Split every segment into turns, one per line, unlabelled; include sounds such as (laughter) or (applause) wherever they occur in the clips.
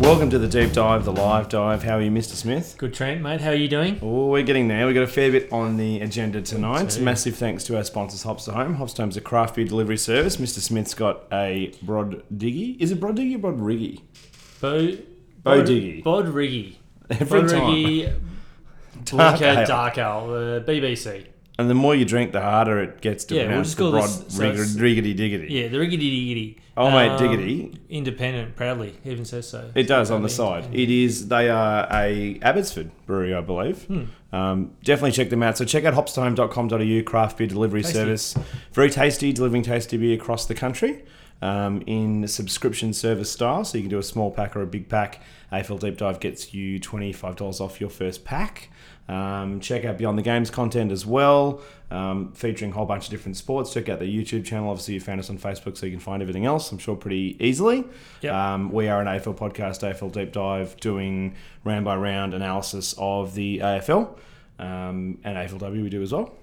Welcome to the deep dive, the live dive. How are you, Mr. Smith?
Good Trent, mate. How are you doing?
Oh, we're getting there. We've got a fair bit on the agenda tonight.
too.
Massive thanks to our sponsors, Hops to Home. Hops to Home's a craft beer delivery service. Mr. Smith's got a Brod Diggy. Is it Brod Diggy or Brod Riggy?
Bo
Bo
Bod-
Diggy.
Bod Riggy.
(laughs) Every
Bod
time.
Riggy.
Dark ale.
Blinker Dark Ale. uh, The BBC.
And the more you drink, the harder it gets to
Yeah, we'll
pronounce
just call
the Brod
this- so
Rigger-
it's-
Riggity Diggity.
Yeah, the Riggity Diggity.
Oh, mate, diggity.
Independent, proudly. He even says so.
It does on the side. It is. They are a Abbotsford brewery, I believe.
Hmm.
Um, definitely check them out. So check out hopstime.com.au craft beer delivery
Tasty.
service. Very tasty, delivering tasty beer across the country um, in subscription service style. So you can do a small pack or a big pack. AFL Deep Dive gets you twenty five dollars off your first pack. Um, check out Beyond the Games content as well, um, featuring a whole bunch of different sports. Check out the YouTube channel. Obviously, you found us on Facebook, so you can find everything else. I'm sure pretty easily.
Yep.
Um, we are an AFL podcast, AFL Deep Dive, doing round by round analysis of the AFL um, and AFLW. We do as well.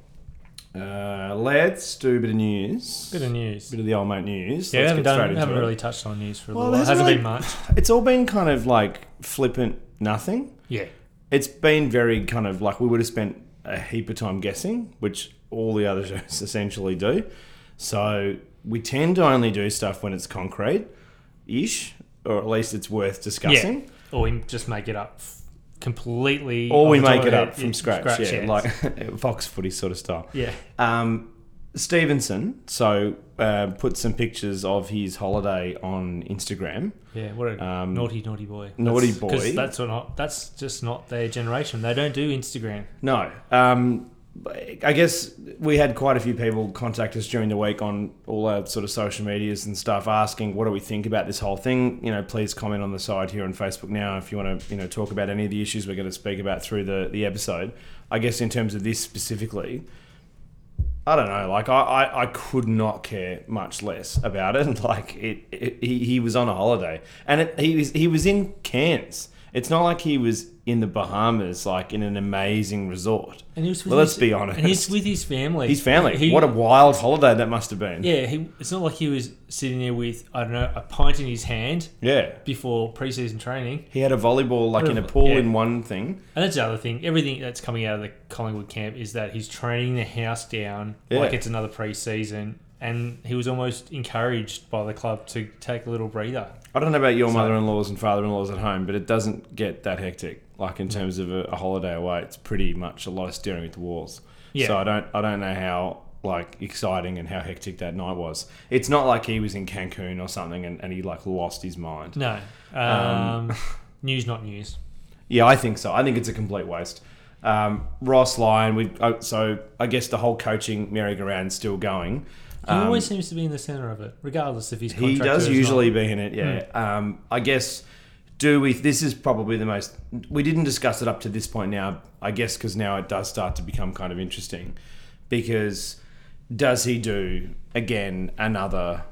Uh, let's do a bit of news.
Bit of news.
Bit of the old mate news.
yeah, we
Let's
haven't,
get straight
done,
into
haven't
it.
really touched on news for a
Well,
little while.
there's
Hasn't
really-
been much.
It's all been kind of like flippant nothing.
Yeah.
It's been very kind of like we would have spent a heap of time guessing, which all the other (laughs) shows essentially do. So we tend to only do stuff when it's concrete ish, or at least it's worth discussing.
Yeah. Or we just make it up f- completely.
Or
on
we
the
make
top
it
of
up
Oh, Yeah,
from scratch, yeah, like (laughs) Fox footy sort of style.
Yeah.
Um, Stevenson, so uh, put some pictures of his holiday on Instagram.
Yeah, what
(laughs)
a
Um,
naughty, naughty boy.
naughty
That's- 'cause
boy.
That's what not. That's just not their generation. They don't do Instagram.
No. Um, I guess we had quite a few people contact us during the week on all our sort of social medias and stuff asking, what do we think about this whole thing? You know, please comment on the side here on Facebook now if you want to, you know, talk about any of the issues we're going to speak about through the, the episode. I guess in terms of this specifically, I don't know. Like I, I, I could not care much less about it. (laughs) Like it, it he, he was on a holiday, and it, he was he was in Cairns. It's not like he was in the Bahamas, like in an amazing resort.
And he was with
well, let's
his-
be honest.
And he's with his family.
His family.
He-
what a wild holiday that must have been.
yeah. He, it's not like he was sitting there with I don't know a pint in his hand
Yeah.
before preseason training.
He had a volleyball like in a pool
Yeah.
in one thing.
And that's the other thing. Everything that's coming out of the Collingwood camp is that he's training the house down
Yeah.
like it's another preseason. And he was almost encouraged by the club to take a little breather.
I don't know about your mother-in-laws and father-in-laws at home, but it doesn't get that hectic. Like in terms of a, a holiday away, it's pretty much a lot of staring at the walls.
Yeah.
So I don't, I don't know how like exciting and how hectic that night was. It's not like he was in Cancun or something and, and he like lost his mind.
No. Um,
Um,
(laughs) news, not news.
Yeah, I think so. I think it's a complete waste. Um, Ross Lyon. We oh, so I guess the whole coaching merry-go-round's still going.
He
Um,
always seems to be in the center of it, regardless if he's
He
contracted.
does
or not.
usually be in it, yeah. Um, I guess do we? This is probably the most we didn't discuss it up to this point. Now, I guess because now it does start to become kind of interesting, because does he do again another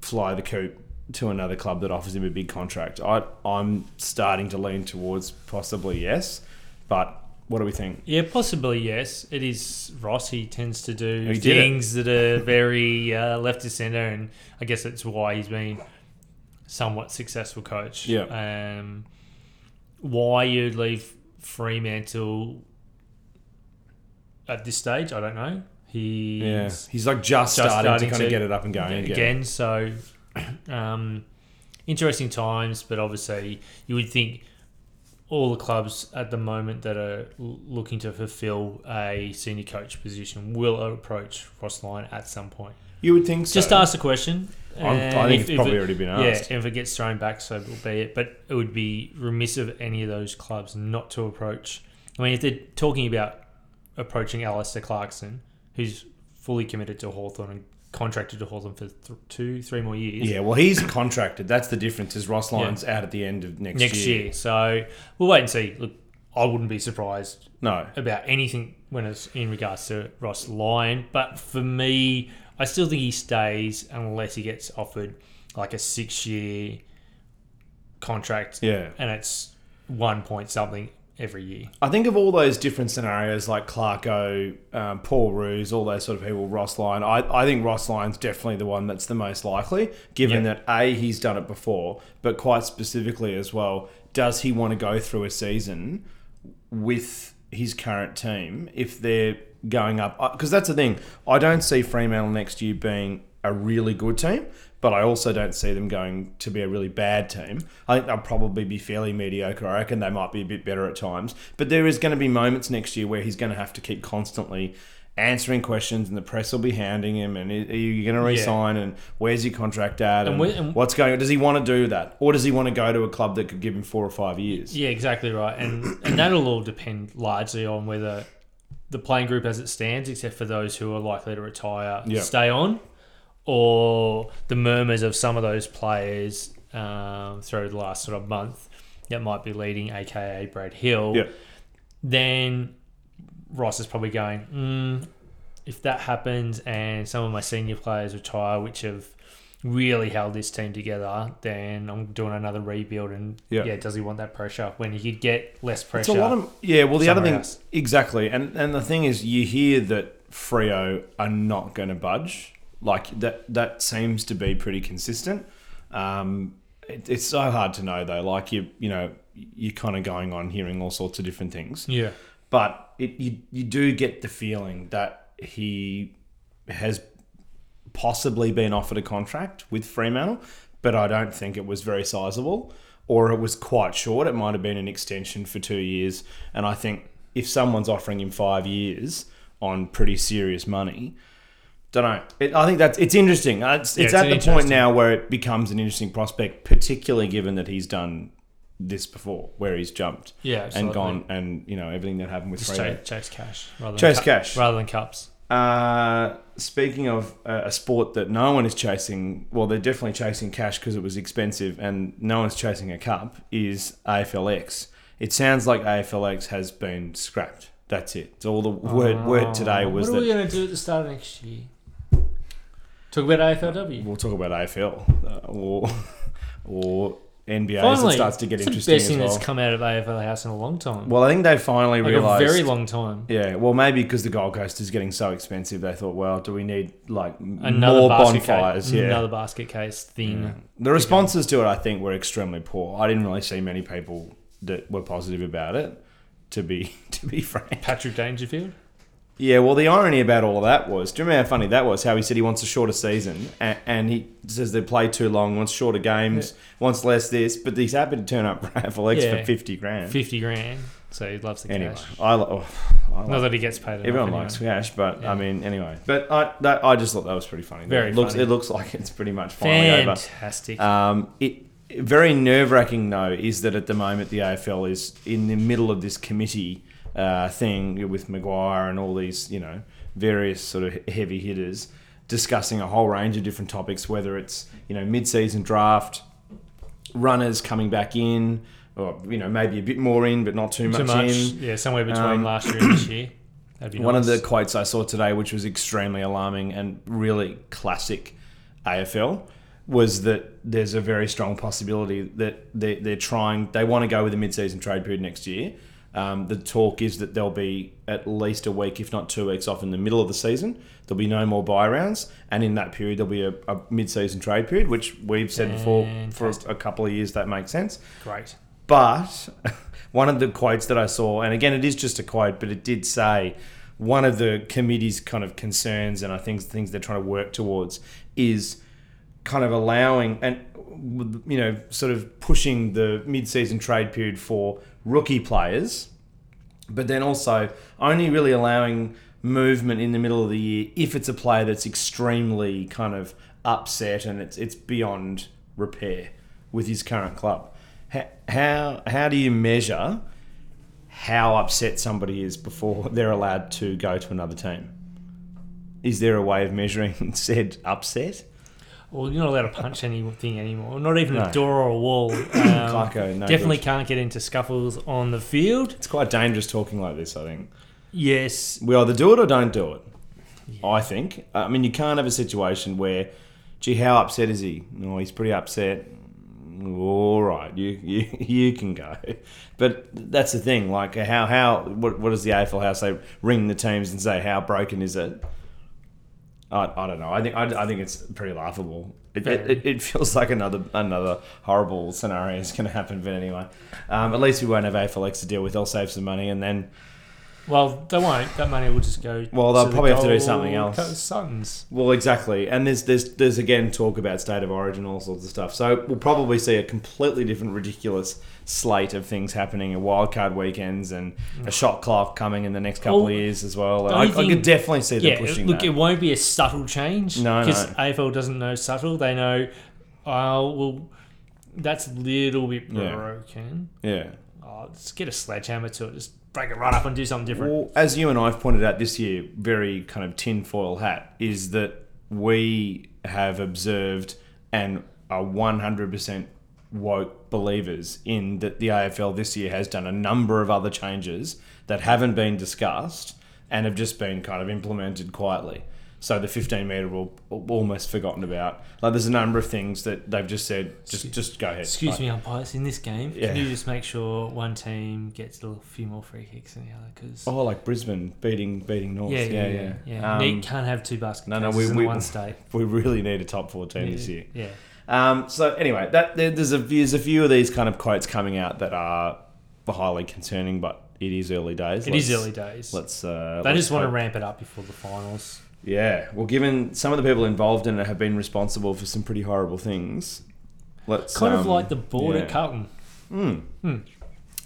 fly the coop to another club that offers him a big contract? I I'm starting to lean towards possibly yes, but what do we think?
Yeah, possibly yes. It is Ross. He tends to do
He did it.
things that are very uh, left to centre, and I guess that's why he's been somewhat successful coach.
Yeah.
Um, why you'd leave Fremantle at this stage, I don't know. He
Yeah, he's like just, starting,
starting
to kind
to-
of get it up and going again.
again. So, um, interesting times, but obviously, you would think all the clubs at the moment that are l- looking to fulfill a senior coach position will approach Ross Lyon at some point.
You would think so.
Just ask the question.
I'm-
and
I think
if-
it's
if
probably
it-
already been
Yeah,
asked.
and if it gets thrown back, so it'll be it. But it would be remiss of any of those clubs not to approach. I mean, if they're talking about approaching Alistair Clarkson, who's fully committed to Hawthorn and contracted to Hawthorn for th- two, three more years
Yeah, well, he's contracted. That's the difference. Is Ross Lyon's out at the end of next,
next year. So we'll wait and see. Look, I wouldn't be surprised
No,
about anything when it's in regards to Ross Lyon. But for me, I still think he stays unless he gets offered like a six year contract
yeah,
and it's one point something every year.
I think of all those different scenarios like Clarko, um, Paul Ruse, all those sort of people, Ross Lyon. I, I think Ross Lyon's definitely the one that's the most likely, given that A, he's done it before, but quite specifically as well, does he want to go through a season with his current team if they're going up? Because that's the thing. I don't see Fremantle next year being a really good team, but I also don't see them going to be a really bad team. I think they'll probably be fairly mediocre. I reckon they might be a bit better at times, but there is going to be moments next year where he's going to have to keep constantly answering questions, and the press will be hounding him. And are you going to resign? And where's your contract at? And,
we- and-
what's going? on? Does he want to do that, or does he want to go to a club that could give him four or five years?
Yeah, exactly right, and and that'll all depend largely on whether the playing group as it stands, except for those who are likely to retire,
Yeah.
stay on, or the murmurs of some of those players um, through the last sort of month that might be leading, aka Brad Hill.
Yeah.
Then Ross is probably going, mm, if that happens and some of my senior players retire, which have really held this team together, then I'm doing another rebuild. And
Yeah.
yeah, does he want that pressure when he could get less pressure?
It's a lot of yeah. Well, the other
somewhere
thing
else.
exactly, and and the thing is, you hear that Frio are not going to budge. Like that that seems to be pretty consistent. Um, it, it's so hard to know though. Like you you know you're kind of going on hearing all sorts of different things,
yeah.
but it, you you do get the feeling that he has possibly been offered a contract with Fremantle, but I don't think it was very sizable or it was quite short. It might have been an extension for two years. And I think if someone's offering him five years on pretty serious money, don't know. It, I think that's it's interesting. Uh, It's, it's
it's
at
an
the point
interesting-
now where it becomes an interesting prospect, particularly given that he's done this before, where he's jumped
Yeah,
and
absolutely.
gone, and you know everything that happened with
Just
Freo.
chase, chase cash rather
Chase
than
cash.
rather than cups.
Uh, speaking of uh, a sport that no one is chasing, well, they're definitely chasing cash because it was expensive and no one's chasing a cup, is AFLX. It sounds like AFLX has been scrapped. That's it. It's all the word, word today was
Oh. what are
that
we going to do at the start of next year? Talk about AFLW.
we'll talk about AFL uh, or, or NBA as it
Finally,
starts to get
it's
interesting
the best
as
thing
well.
that's come out of AFL House in a long time.
well, I think they finally
like
realised.
a very long time.
Yeah, well, maybe because the Gold Coast is getting so expensive, they thought, well, do we need like m-
Another
more
basket
bonfires?
Case,
Yeah,
Another basket case thing.
The responses to it, I think, were extremely poor. I didn't really see many people that were positive about it. To be (laughs) to be frank,
Patrick Dangerfield.
yeah. Well, the irony about all of that was, do you remember how funny that was? How he said he wants a shorter season, and, and he says they play too long, wants shorter games, wants less this, but he's happy to turn up (laughs) for AFLX
Yeah.
for fifty grand.
50 grand. So he loves the
anyway,
cash.
I, lo- oh, I like
Not that he gets paid enough.
Everyone
anyway.
likes cash, but
Yeah.
I mean, anyway. But I, that, I just thought that was pretty funny.
Very
it looks,
funny.
It looks like it's pretty much finally
Fantastic.
over. Um, it very nerve wracking though is that at the moment the AFL is in the middle of this committee uh, thing with Maguire and all these, you know, various sort of heavy hitters discussing a whole range of different topics, whether it's you know mid season draft, runners coming back in, or you know maybe a bit more in, but not too,
Too
much,
much.
in.
Yeah, somewhere between
Um,
last year and this
(clears throat)
year. That'd be
One
nice.
of the quotes I saw today, which was extremely alarming and really classic AFL, was that there's a very strong possibility that they, they're trying, they want to go with a mid season trade period next year. Um, the talk is that there'll be at least a week, if not two weeks, off in the middle of the season. There'll be no more buy rounds. And in that period, there'll be a, a mid season trade period, which we've said before for
Fantastic.
a couple of years that makes sense.
Great.
But (laughs) one of the quotes that I saw, and again, it is just a quote, but it did say one of the committee's kind of concerns and I think things they're trying to work towards is kind of allowing and you know sort of pushing the mid-season trade period for rookie players but then also only really allowing movement in the middle of the year if it's a player that's extremely kind of upset and it's it's beyond repair with his current club. How how, how do you measure how upset somebody is before (laughs) they're allowed to go to another team? Is there a way of measuring (laughs) said upset?
Well, you're not allowed to punch anything anymore. Not even
No.
a door or a
(clears throat)
wall. Um,
Clarko, no
definitely
good.
can't get into scuffles on the field.
It's quite dangerous talking like this, I think.
Yes.
We either do it or don't do it. I think. I mean, you can't have a situation where, gee, how upset is he? No, he's pretty upset. all right, you you, (laughs) you can go. But that's the thing. Like how how what, what does the AFL house say? Ring the teams and say how broken is it? I, I don't know. I think I, I think it's pretty laughable. It, it, it, it feels like another another horrible scenario is going to happen. But anyway, um, at least we won't have AFLX to deal with. They'll save some money, and then
Well, they won't. That money will just go.
Well, they'll
to the
probably have to do something
Gold
else.
Coast Suns.
Well, exactly, and there's there's there's again talk about state of origin, all sorts of stuff. So we'll probably see a completely different, ridiculous slate of things happening in wildcard weekends and a shot clock coming in the next couple
Mm. Well,
of years as well.
the
I,
only
I
thing-
could definitely see them
Yeah,
pushing
look,
that.
it won't be a subtle change
No, no.
because AFL doesn't know subtle. They know, oh well, that's a little bit
Yeah.
broken.
yeah.
Oh, just get a sledgehammer to it. Just break it right up and do something different.
Well, as you and I have pointed out this year, very kind of tinfoil hat is that we have observed and are one hundred percent woke believers in that the AFL this year has done a number of other changes that haven't been discussed and have just been kind of implemented quietly. So the 15 meter rule al- almost forgotten about. Like there's a number of things that they've just said, just just go ahead.
Excuse me, umpires. In this game,
Yeah.
can you just make sure one team gets a little- few more free kicks than the other? Because
Oh, like Brisbane beating beating North.
yeah, yeah, yeah. yeah.
Um,
Nick can't have two basket
no,
no,
no,
no,
we-
in
we- (laughs)
one state.
we really need a top 14 this year.
Yeah.
Um, so anyway, that there- there's a there's a few of these kind of quotes coming out that are highly concerning, but it is early days.
It is early days.
Let's. Uh,
They
let's
just want to
hope-
ramp it up before the finals.
Yeah. Well, given some of the people involved in it have been responsible for some pretty horrible things, let's
Kind of
um,
like the board
yeah.
at Carlton.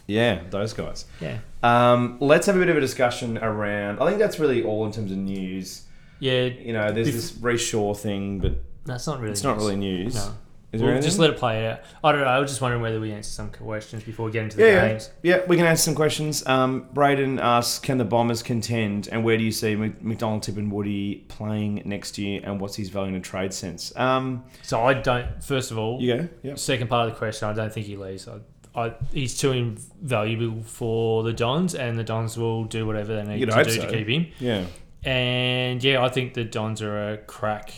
Yeah, those guys.
Yeah.
Um, let's have a bit of a discussion around. I think that's really all in terms of news.
Yeah,
You know, there's this Reece Shaw thing, but
that's not really.
it's not
news.
really news.
No.
Is there
We'll just
anything?
let it play out. I don't know. I was just wondering whether we answered some questions before we get into the
Yeah, yeah,
games.
yeah. We can answer some questions. Um, Braden asks, "Can the Bombers contend? And where do you see Mc- McDonald, Tip, and Woody playing next year? And what's his value in a trade sense?" Um,
So I don't. First of all,
you go. Yeah.
second part of the question, I don't think he leaves. I, I, he's too invaluable for the Dons, and the Dons will do whatever they need
You'd
to
hope
do
so.
to keep him.
Yeah.
And yeah, I think the Dons are a crack,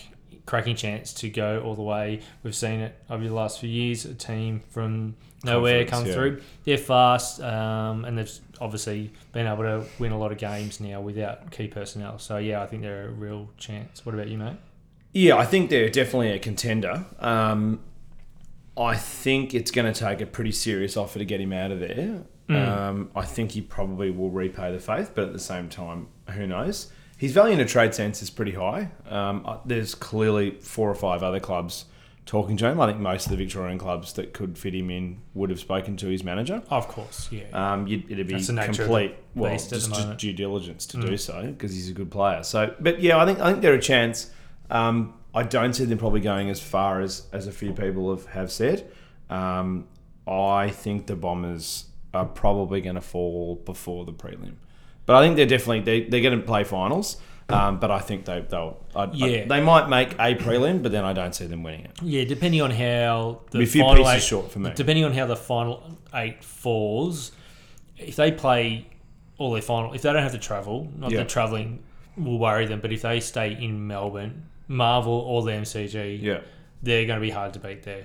cracking chance to go all the way. We've seen it over the last few years. A team from nowhere
Confidence,
come
yeah.
through. They're fast, um, and they've obviously been able to win a lot of games now without key personnel. So yeah, I think they're a real chance. What about you, mate?
Yeah, I think they're definitely a contender. Um, I think it's going to take a pretty serious offer to get him out of there. Um, I think he probably will repay the faith, but at the same time, who knows? His value in a trade sense is pretty high. Um, uh, there's clearly four or five other clubs talking to him. I think most of the Victorian clubs that could fit him in would have spoken to his manager.
Of course, yeah.
Um, you'd, it'd be
That's the nature of the
complete well,
beast at
just,
the
just
moment. Mm.
due diligence to do so because he's a good player. So, but yeah, I think I think they're a chance. Um, I don't see them probably going as far as as a few people have have said. Um, I think the Bombers are probably going to fall before the prelim, but I think they're definitely they, they're going to play finals. Um, but I think they they'll I, I-
Yeah.
they might make a prelim, but then I don't see them winning it.
yeah, depending on how the
Be a few
final
pieces
eight,
short for me.
Depending on how the final eight falls, if they play all their final, if they don't have to travel, not
Yeah.
that traveling will worry them, but if they stay in Melbourne, Marvel or the MCG,
Yeah.
they're going to be hard to beat there.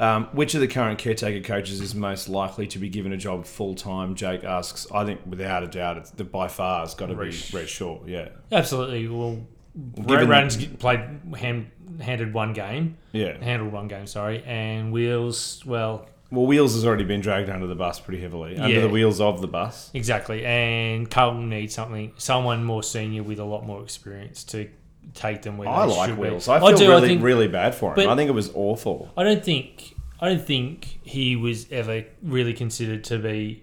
Um, which of the current caretaker coaches is most likely to be given a job full time? Jake asks. I think without a doubt, it's the, by far has got to be
Reece.
Red Shaw. Yeah,
Absolutely. Well,
given-
Red Rans played hand, handed one game,
yeah.
handled one game, sorry, and Wheels, well,
Well, Wheels has already been dragged under the bus pretty heavily, under
Yeah.
the wheels of the bus.
Exactly, and Carlton needs something, someone more senior with a lot more experience to take them where
I
they
like
should
Wheels.
Be.
I feel
do.
really,
I think.
really bad for him.
but-
I think it was awful.
I don't think. I don't think he was ever really considered to be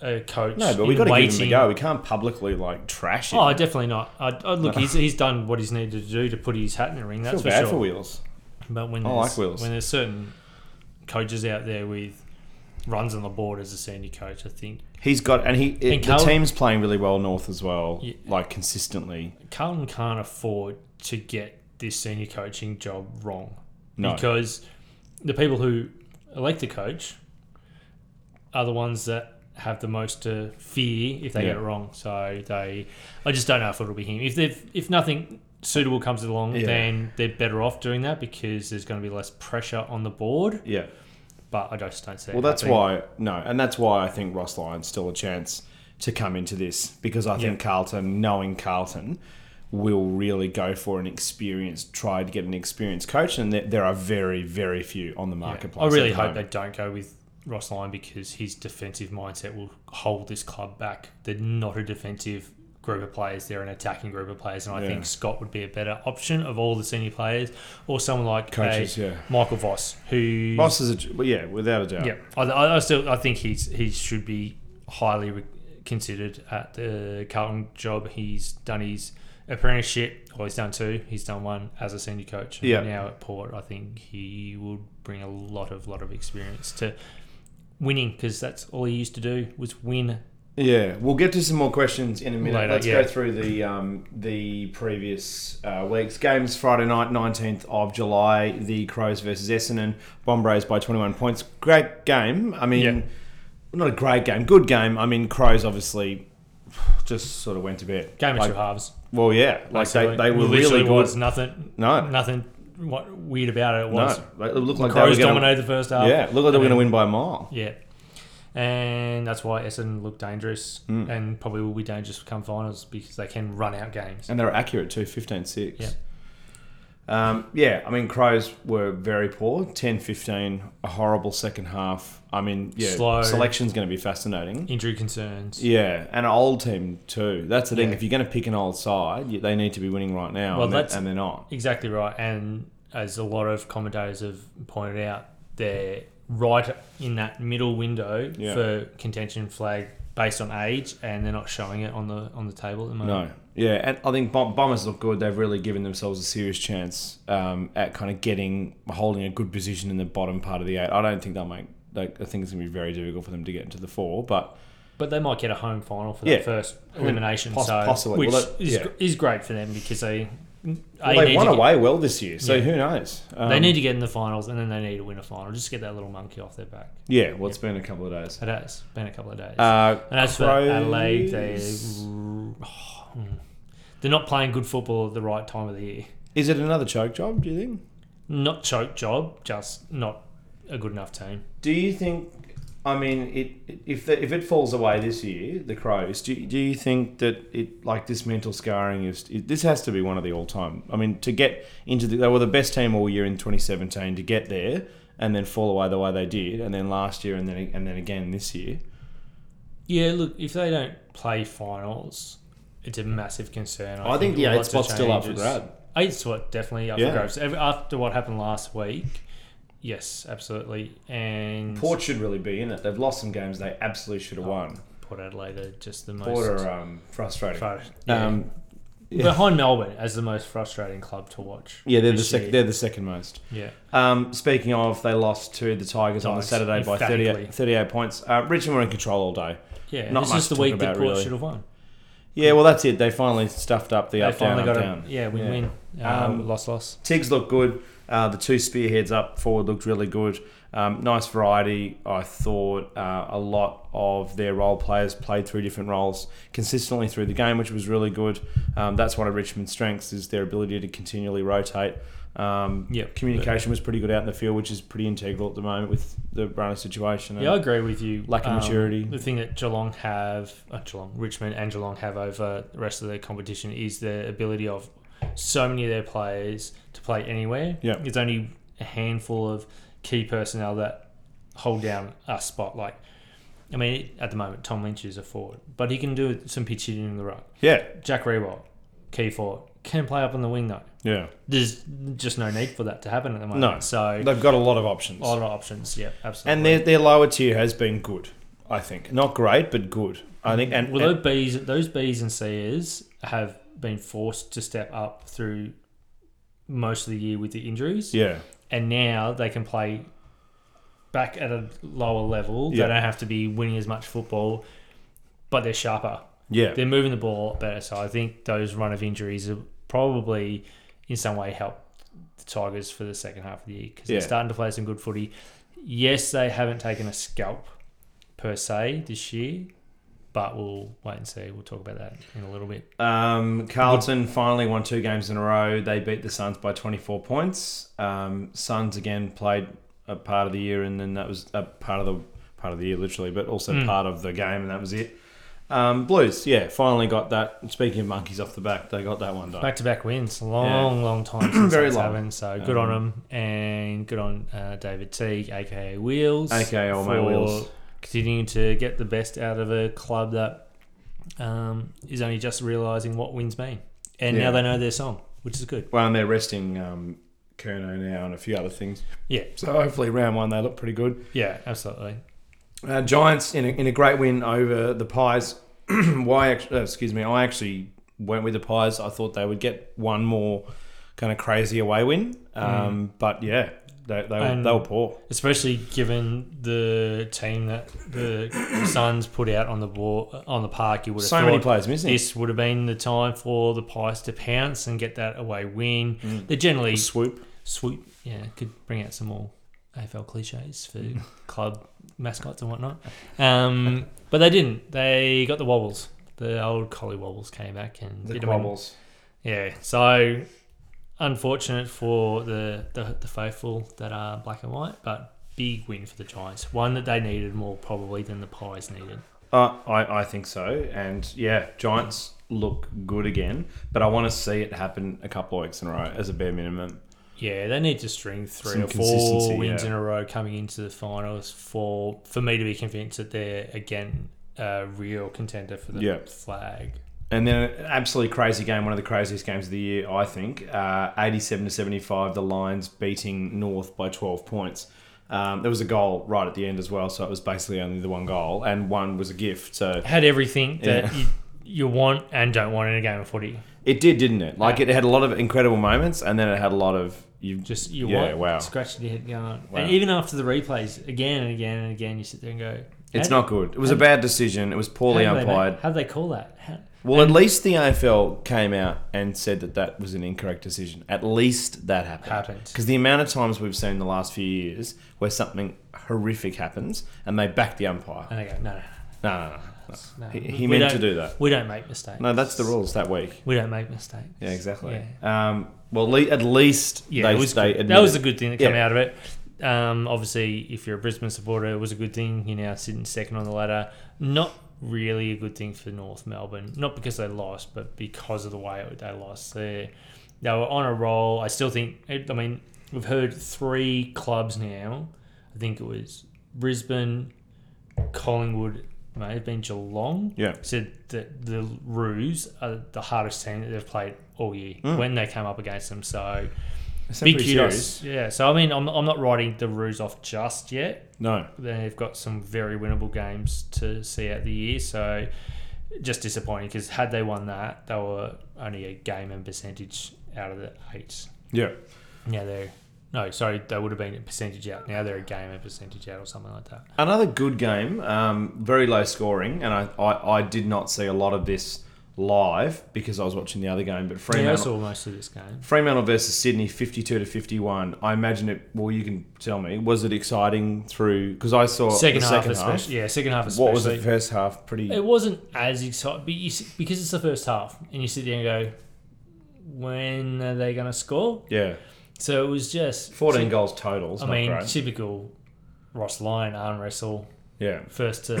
a coach.
No, but we
in
got to give him a
waiting.
go. We can't publicly like trash him.
Oh,
I
definitely not. I, I, look, he's, he's done what he's needed to do to put his hat in the ring.
feel
That's
bad
for
for
sure.
Wheels.
but when
I
there's,
like Wills.
when there's certain coaches out there with runs on the board as a senior coach, I think
He's got, and he it-
And
the
Carl-
team's playing really well north as well,
Yeah.
like consistently.
Carlton can't afford to get this senior coaching job wrong
No.
because the people who elect the coach are the ones that have the most to fear if they
Yeah.
get it wrong. So they, I just don't know if it'll be him. If they've, if nothing suitable comes along,
Yeah.
then they're better off doing that because there's going to be less pressure on the board.
Yeah,
but I just don't see.
Well,
it
that's
happening.
why no, and that's why I think Ross Lyon's still a chance to come into this because I think Carlton, knowing Carlton, will really go for an experienced, try to get an experienced coach, and there, there are very, very few on the
Yeah.
marketplace.
I
at
really
the
hope they
moment.
don't go with Ross Lyon because his defensive mindset will hold this club back. They're not a defensive group of players; they're an attacking group of players, and I
Yeah.
think Scott would be a better option of all the senior players, or someone like
coaches.
a
yeah,
Michael Voss, who
Ross is a j- well, yeah, without a doubt.
Yeah, I, I I still I think he's he should be highly re- considered at the Carlton job. He's done his apprenticeship, or he's done two. He's done one as a senior coach. and
Yeah.
Now at Port, I think he will bring a lot of lot of experience to winning because that's all he used to do was win.
Yeah, we'll get to some more questions in a minute.
Later,
Let's
yeah.
go through the um, the previous uh, weeks. Games Friday night, nineteenth of July. The Crows versus Essendon. Bombrays by twenty one points. Great game. I mean,
Yeah.
not a great game. Good game. I mean, Crows obviously just sort of went to bed.
Game of
Like-
two halves.
Well, yeah, like they,
basically.
they were
Literally
really good.
was nothing.
No.
nothing. What weird about it, it
no,
was.
they- it looked like
Crows
they were going.
dominated uh, the first half.
Yeah, it looked like they
I
were going to
mean,
win by a mile.
Yeah. And that's why Essendon look dangerous
Mm.
and probably will be dangerous come finals because they can run out games.
And they were accurate too, 15 6.
Yeah.
Um, yeah, I mean, Crows were very poor. 10 15, a horrible second half. I mean, yeah,
Slow.
selection's going to be fascinating.
Injury concerns.
Yeah, and an old team too. That's the thing.
Yeah.
If you're going to pick an old side, you- they need to be winning right now,
Well,
and, they're,
that's-
and they're not.
Exactly right. And as a lot of commentators have pointed out, they're right in that middle window
Yeah.
for contention flag based on age and they're not showing it on the on the table at the moment.
No. Yeah, and I think Bom- Bombers look good. They've really given themselves a serious chance um, at kind of getting, holding a good position in the bottom part of the eight. I don't think they'll make, like, I think it's going to be very difficult for them to get into the four, but
But they might get a home final for
Yeah.
that first elimination.
Poss-
so
possibly.
which
Well, that-
is,
yeah.
gr- is great for them because they
Well,
A,
they
need
won
to get-
away well this year, so
Yeah.
who knows? Um,
they need to get in the finals and then they need to win a final. Just get that little monkey off their back.
Yeah, well, it's been a couple of days.
It has been a couple of days.
Uh,
and as for
Crows-
Adelaide, they oh, hmm. they're not playing good football at the right time of the year.
Is it another choke job? Do you think?
Not choke job, just not a good enough team.
Do you think? I mean, it if the, if it falls away this year, the Crows. Do, do you think that it like this mental scarring is? It, this has to be one of the all time. I mean, to get into the they were the best team all year in 2017 to get there and then fall away the way they did, and then last year and then and then again this year.
Yeah, look, if they don't play finals, it's a massive concern.
I think the eight
lots of
spot's still up for
changes-
grab.
Eight spot definitely up
Yeah.
for grabs. Ev- After what happened last week, yes, absolutely. And
Port should really be in it. They've lost some games they absolutely should have won.
Port Adelaide are just the most
Port are um, frustrating.
Fru- yeah.
Um, yeah.
behind Melbourne as the most frustrating club to watch.
yeah, they're the
this
sec-
year.
they're the second most.
Yeah,
Um, speaking of, they lost to the Tigers on the
Tigers,
Saturday by 38,
emphatically.
38 points. Uh, Richmond were in control all day.
yeah.
Not
this
much to
is the
talk
week
about,
that Port
really.
should have won.
Yeah, well, that's it. They finally stuffed up the
They
up down
finally
up
got
down.
a yeah win win.
Um,
Um, loss loss.
Tiggs looked good. Uh, the two spearheads up forward looked really good. Um, nice variety. I thought uh, a lot of their role players played through different roles consistently through the game, which was really good. Um, that's one of Richmond's strengths is their ability to continually rotate. Um,
Yeah.
communication was pretty good out in the field, which is pretty integral at the moment with the runner situation.
Yeah, I agree with you. Um,
Lack of maturity.
The thing that Geelong have, uh, Geelong, Richmond and Geelong have over the rest of their competition is the ability of so many of their players to play anywhere.
Yeah.
There's only a handful of key personnel that hold down a spot. Like, I mean, at the moment, Tom Lynch is a forward, but he can do some pitch hitting in the ruck.
yeah,
Jack Rewalt, key forward, can play up on the wing though.
yeah.
There's just no need for that to happen at the moment.
No.
So,
They've got a lot of options.
a lot of options. Yeah, absolutely.
And their, their lower tier has been good, I think. Not great, but good. I think. And,
Mm-hmm. well,
and
those Bs, those Bs and Cs have been forced to step up through most of the year with the injuries,
yeah,
and now they can play back at a lower level.
Yeah.
They don't have to be winning as much football, but they're sharper.
yeah.
They're moving the ball a lot better. So I think those run of injuries have probably, in some way, helped the Tigers for the second half of the year because
Yeah.
they're starting to play some good footy. Yes, they haven't taken a scalp per se this year, but we'll wait and see. We'll talk about that in a little bit.
Um, Carlton finally won two games in a row. They beat the Suns by 24 points. Um, Suns again played a part of the year, and then that was a part of the part of the year, literally, but also
Mm.
part of the game, and that was it. Um, Blues, yeah, finally got that. Speaking of monkeys off the back, they got that one done.
Back to back wins. Long,
(clears throat)
long time since
Very
Very that's
long. Um,
happened. So good on him and good on uh, David Teague, aka Wheels.
AKA all my
for
wheels.
Continuing to get the best out of a club that um, is only just realizing what wins mean. And
Yeah.
now they know their song, which is good.
Well, and they're resting um, Kurno now and a few other things.
Yeah.
So hopefully, round one, they look pretty good.
Yeah, absolutely.
Uh, Giants in a, in a great win over the Pies. (clears throat) Why? act- uh, Excuse me. I actually went with the Pies. I thought they would get one more kind of crazy away win. Um, But yeah, they they, were
And-
they were poor.
Especially given the team that the Suns put out on the ball, on the park, you would have
So
thought
many players missing.
this would have been the time for the Pies to pounce and get that away win.
Mm.
They generally
swoop.
swoop. Yeah, could bring out some more AFL cliches
(laughs)
for club mascots and whatnot. Um, but they didn't. They got the wobbles. The old collie wobbles came back and
The
did 'em in.
quabbles.
Yeah. So unfortunate for the, the the faithful that are black and white, but big win for the Giants. One that they needed more probably than the Pies needed.
Uh, I I think so. And yeah, Giants look good again. But I want to see it happen a couple of weeks in a row as a bare minimum.
Yeah, they need to string three
Some
or four
consistency,
wins
yeah.
in a row coming into the finals for for me to be convinced that they're again a real contender for the
Yeah.
flag.
And then an absolutely crazy game, one of the craziest games of the year, I think. Uh, 87 to 75, the Lions beating North by 12 points. Um, there was a goal right at the end as well, so it was basically only the one goal, and one was a gift. So
Had everything that
Yeah.
you, you want and don't want in a game of footy.
it did, didn't it? Like it had a lot of incredible moments, and then it had a lot of you
Just you
yeah,
want
wow.
scratching your head going.
Wow.
And even after the replays, again and again and again, you sit there and go,
It's
"How-
not good. It was a bad decision. It was
how
poorly
do they make-
umpired.
How do they call that? How,
Well, at least the AFL came out and said that that was an incorrect decision. At least that happened.
Happened.
Because the amount of times we've seen the last few years where something horrific happens and they back the umpire.
and they go, no, no,
No, no, no. no.
no.
He,
we-
he
we
meant to
don't-
do that.
We don't make mistakes.
No, that's the rules that week.
We don't make mistakes.
Yeah, exactly.
Yeah.
Um, well, le- at least
yeah,
they,
it was
they
good.
admitted.
that was a good thing that came
Yeah.
out of it. Um, obviously, if you're a Brisbane supporter, it was a good thing. You're now sitting second on the ladder. Not really a good thing for North Melbourne. Not because they lost, but because of the way they lost. They, they were on a roll. I still think. I mean, we've heard three clubs now. I think it was Brisbane, Collingwood, it may have been Geelong
yeah.
said that the Roos are the hardest team that they've played all year
Mm.
when they came up against them. So
It's
big
pretty
kudos.
serious.
Yeah. So I mean, I'm, I'm not writing the Roos off just yet.
No.
They've got some very winnable games to see out the year. So just disappointing because had they won that, they were only a game and percentage out of the eight.
Yeah.
Now they're no, sorry, they would have been a percentage out. Now they're a game and percentage out or something like that.
Another good game, um, very low scoring, and I, I, I did not see a lot of this live because I was watching the other game. But
Yeah, I
Fremantle,
saw most of this game.
Fremantle versus Sydney, fifty-two to fifty-one. I imagine it. Well, you can tell me. Was it exciting through? Because I saw
Second
the
half, especially. Yeah, second half especially.
What was the first half? Pretty.
It wasn't as exciting, but you, s- because it's the first half, and you sit there and go, "When are they going to score?"
yeah,
So it was just
fourteen goals total. It's
I
not
mean,
great.
typical Ross Lyon arm wrestle
Yeah,
first to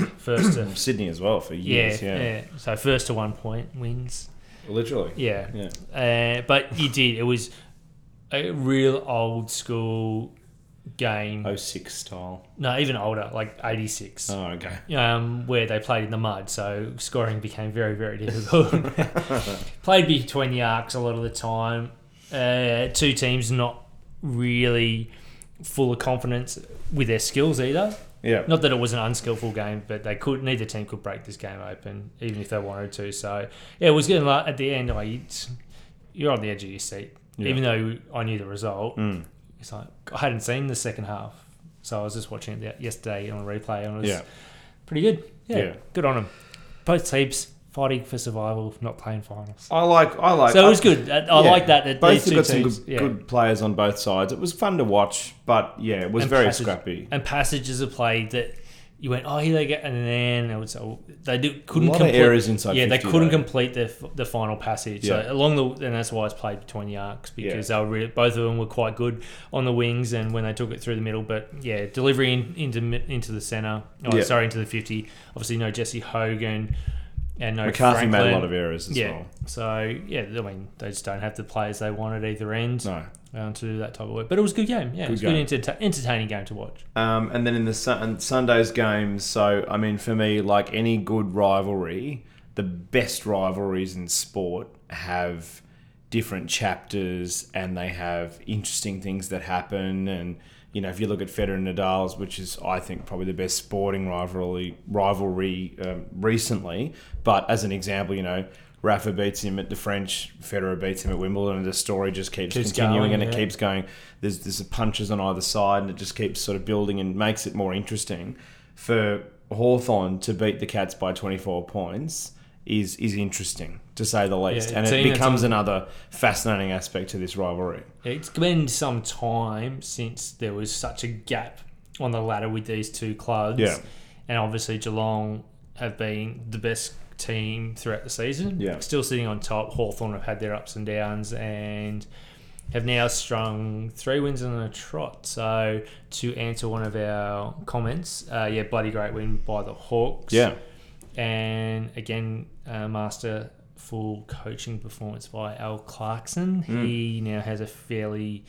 (coughs)
first to
Sydney as well for
yeah,
years.
yeah
Yeah,
So first to one point wins.
literally.
Yeah,
Yeah,
Uh, but you did. It was a real old school game.
oh six style.
No, even older, like eighty six.
Oh, okay.
um, where they played in the mud, so scoring became very, very difficult. played between the arcs a lot of the time. Uh, two teams not really full of confidence with their skills either.
Yeah,
Not that it was an unskillful game, but they could neither team could break this game open, even if they wanted to. So yeah, it was getting like at the end, like it's- you're on the edge of your seat,
Yeah.
even though I knew the result.
Mm.
It's like I hadn't seen the second half, so I was just watching it yesterday on replay, and it was
yeah.
pretty good. Yeah,
Yeah.
good on them. Both teams fighting for survival, not playing finals.
I like. I like.
so it
I-
was good. I, I
Yeah.
like that. that
Both
these
have
two
got some
teams-
good,
yeah.
good players on both sides. It was fun to watch, but yeah, it was
And
very
passage-
scrappy.
and passages of play that you went, oh, here they go, and then it was, oh, they do, couldn't
a lot
complete.
of errors inside.
yeah,
50,
they couldn't
though.
complete the, f- the final passage.
Yeah.
So along the and that's why it's played between the arcs because they were really, both of them were quite good on the wings and when they took it through the middle. But yeah, delivery in, into mi- into the center. Oh,
Yeah.
sorry, into the fifty. Obviously, no Jesse Hogan and no
McCarthy
Franklin.
made a lot of errors as
yeah.
well.
So yeah, I mean they just don't have the players they want at either end
No.
um, to do that type of work. But it was a good game. Yeah, it
Good
was a
game.
good enter- entertaining game to watch.
Um, and then in the sun- Sunday's games, so I mean, for me, like any good rivalry, the best rivalries in sport have different chapters and they have interesting things that happen. And you know, if you look at Federer and Nadal's, which is I think probably the best sporting rivalry rivalry um, recently, but as an example, you know. Rafa beats him at the French, Federer beats him at Wimbledon, and the story just keeps,
Keeps
continuing
going,
and it
yeah.
keeps keeps going. There's there's punches on either side, and it just keeps sort of building and makes it more interesting. For Hawthorn to beat the Cats by 24 points is is interesting to say the least,
Yeah,
and
it's
it
seen-
becomes another fascinating aspect to this rivalry.
It's been some time since there was such a gap on the ladder with these two clubs.
Yeah.
And obviously Geelong have been the best team throughout the season.
Yeah.
Still sitting on top. Hawthorn have had their ups and downs and have now strung three wins in a trot. So to answer one of our comments, uh, yeah, bloody great win by the Hawks.
Yeah,
And again, uh, master full coaching performance by Al Clarkson.
Hmm.
He now has a fairly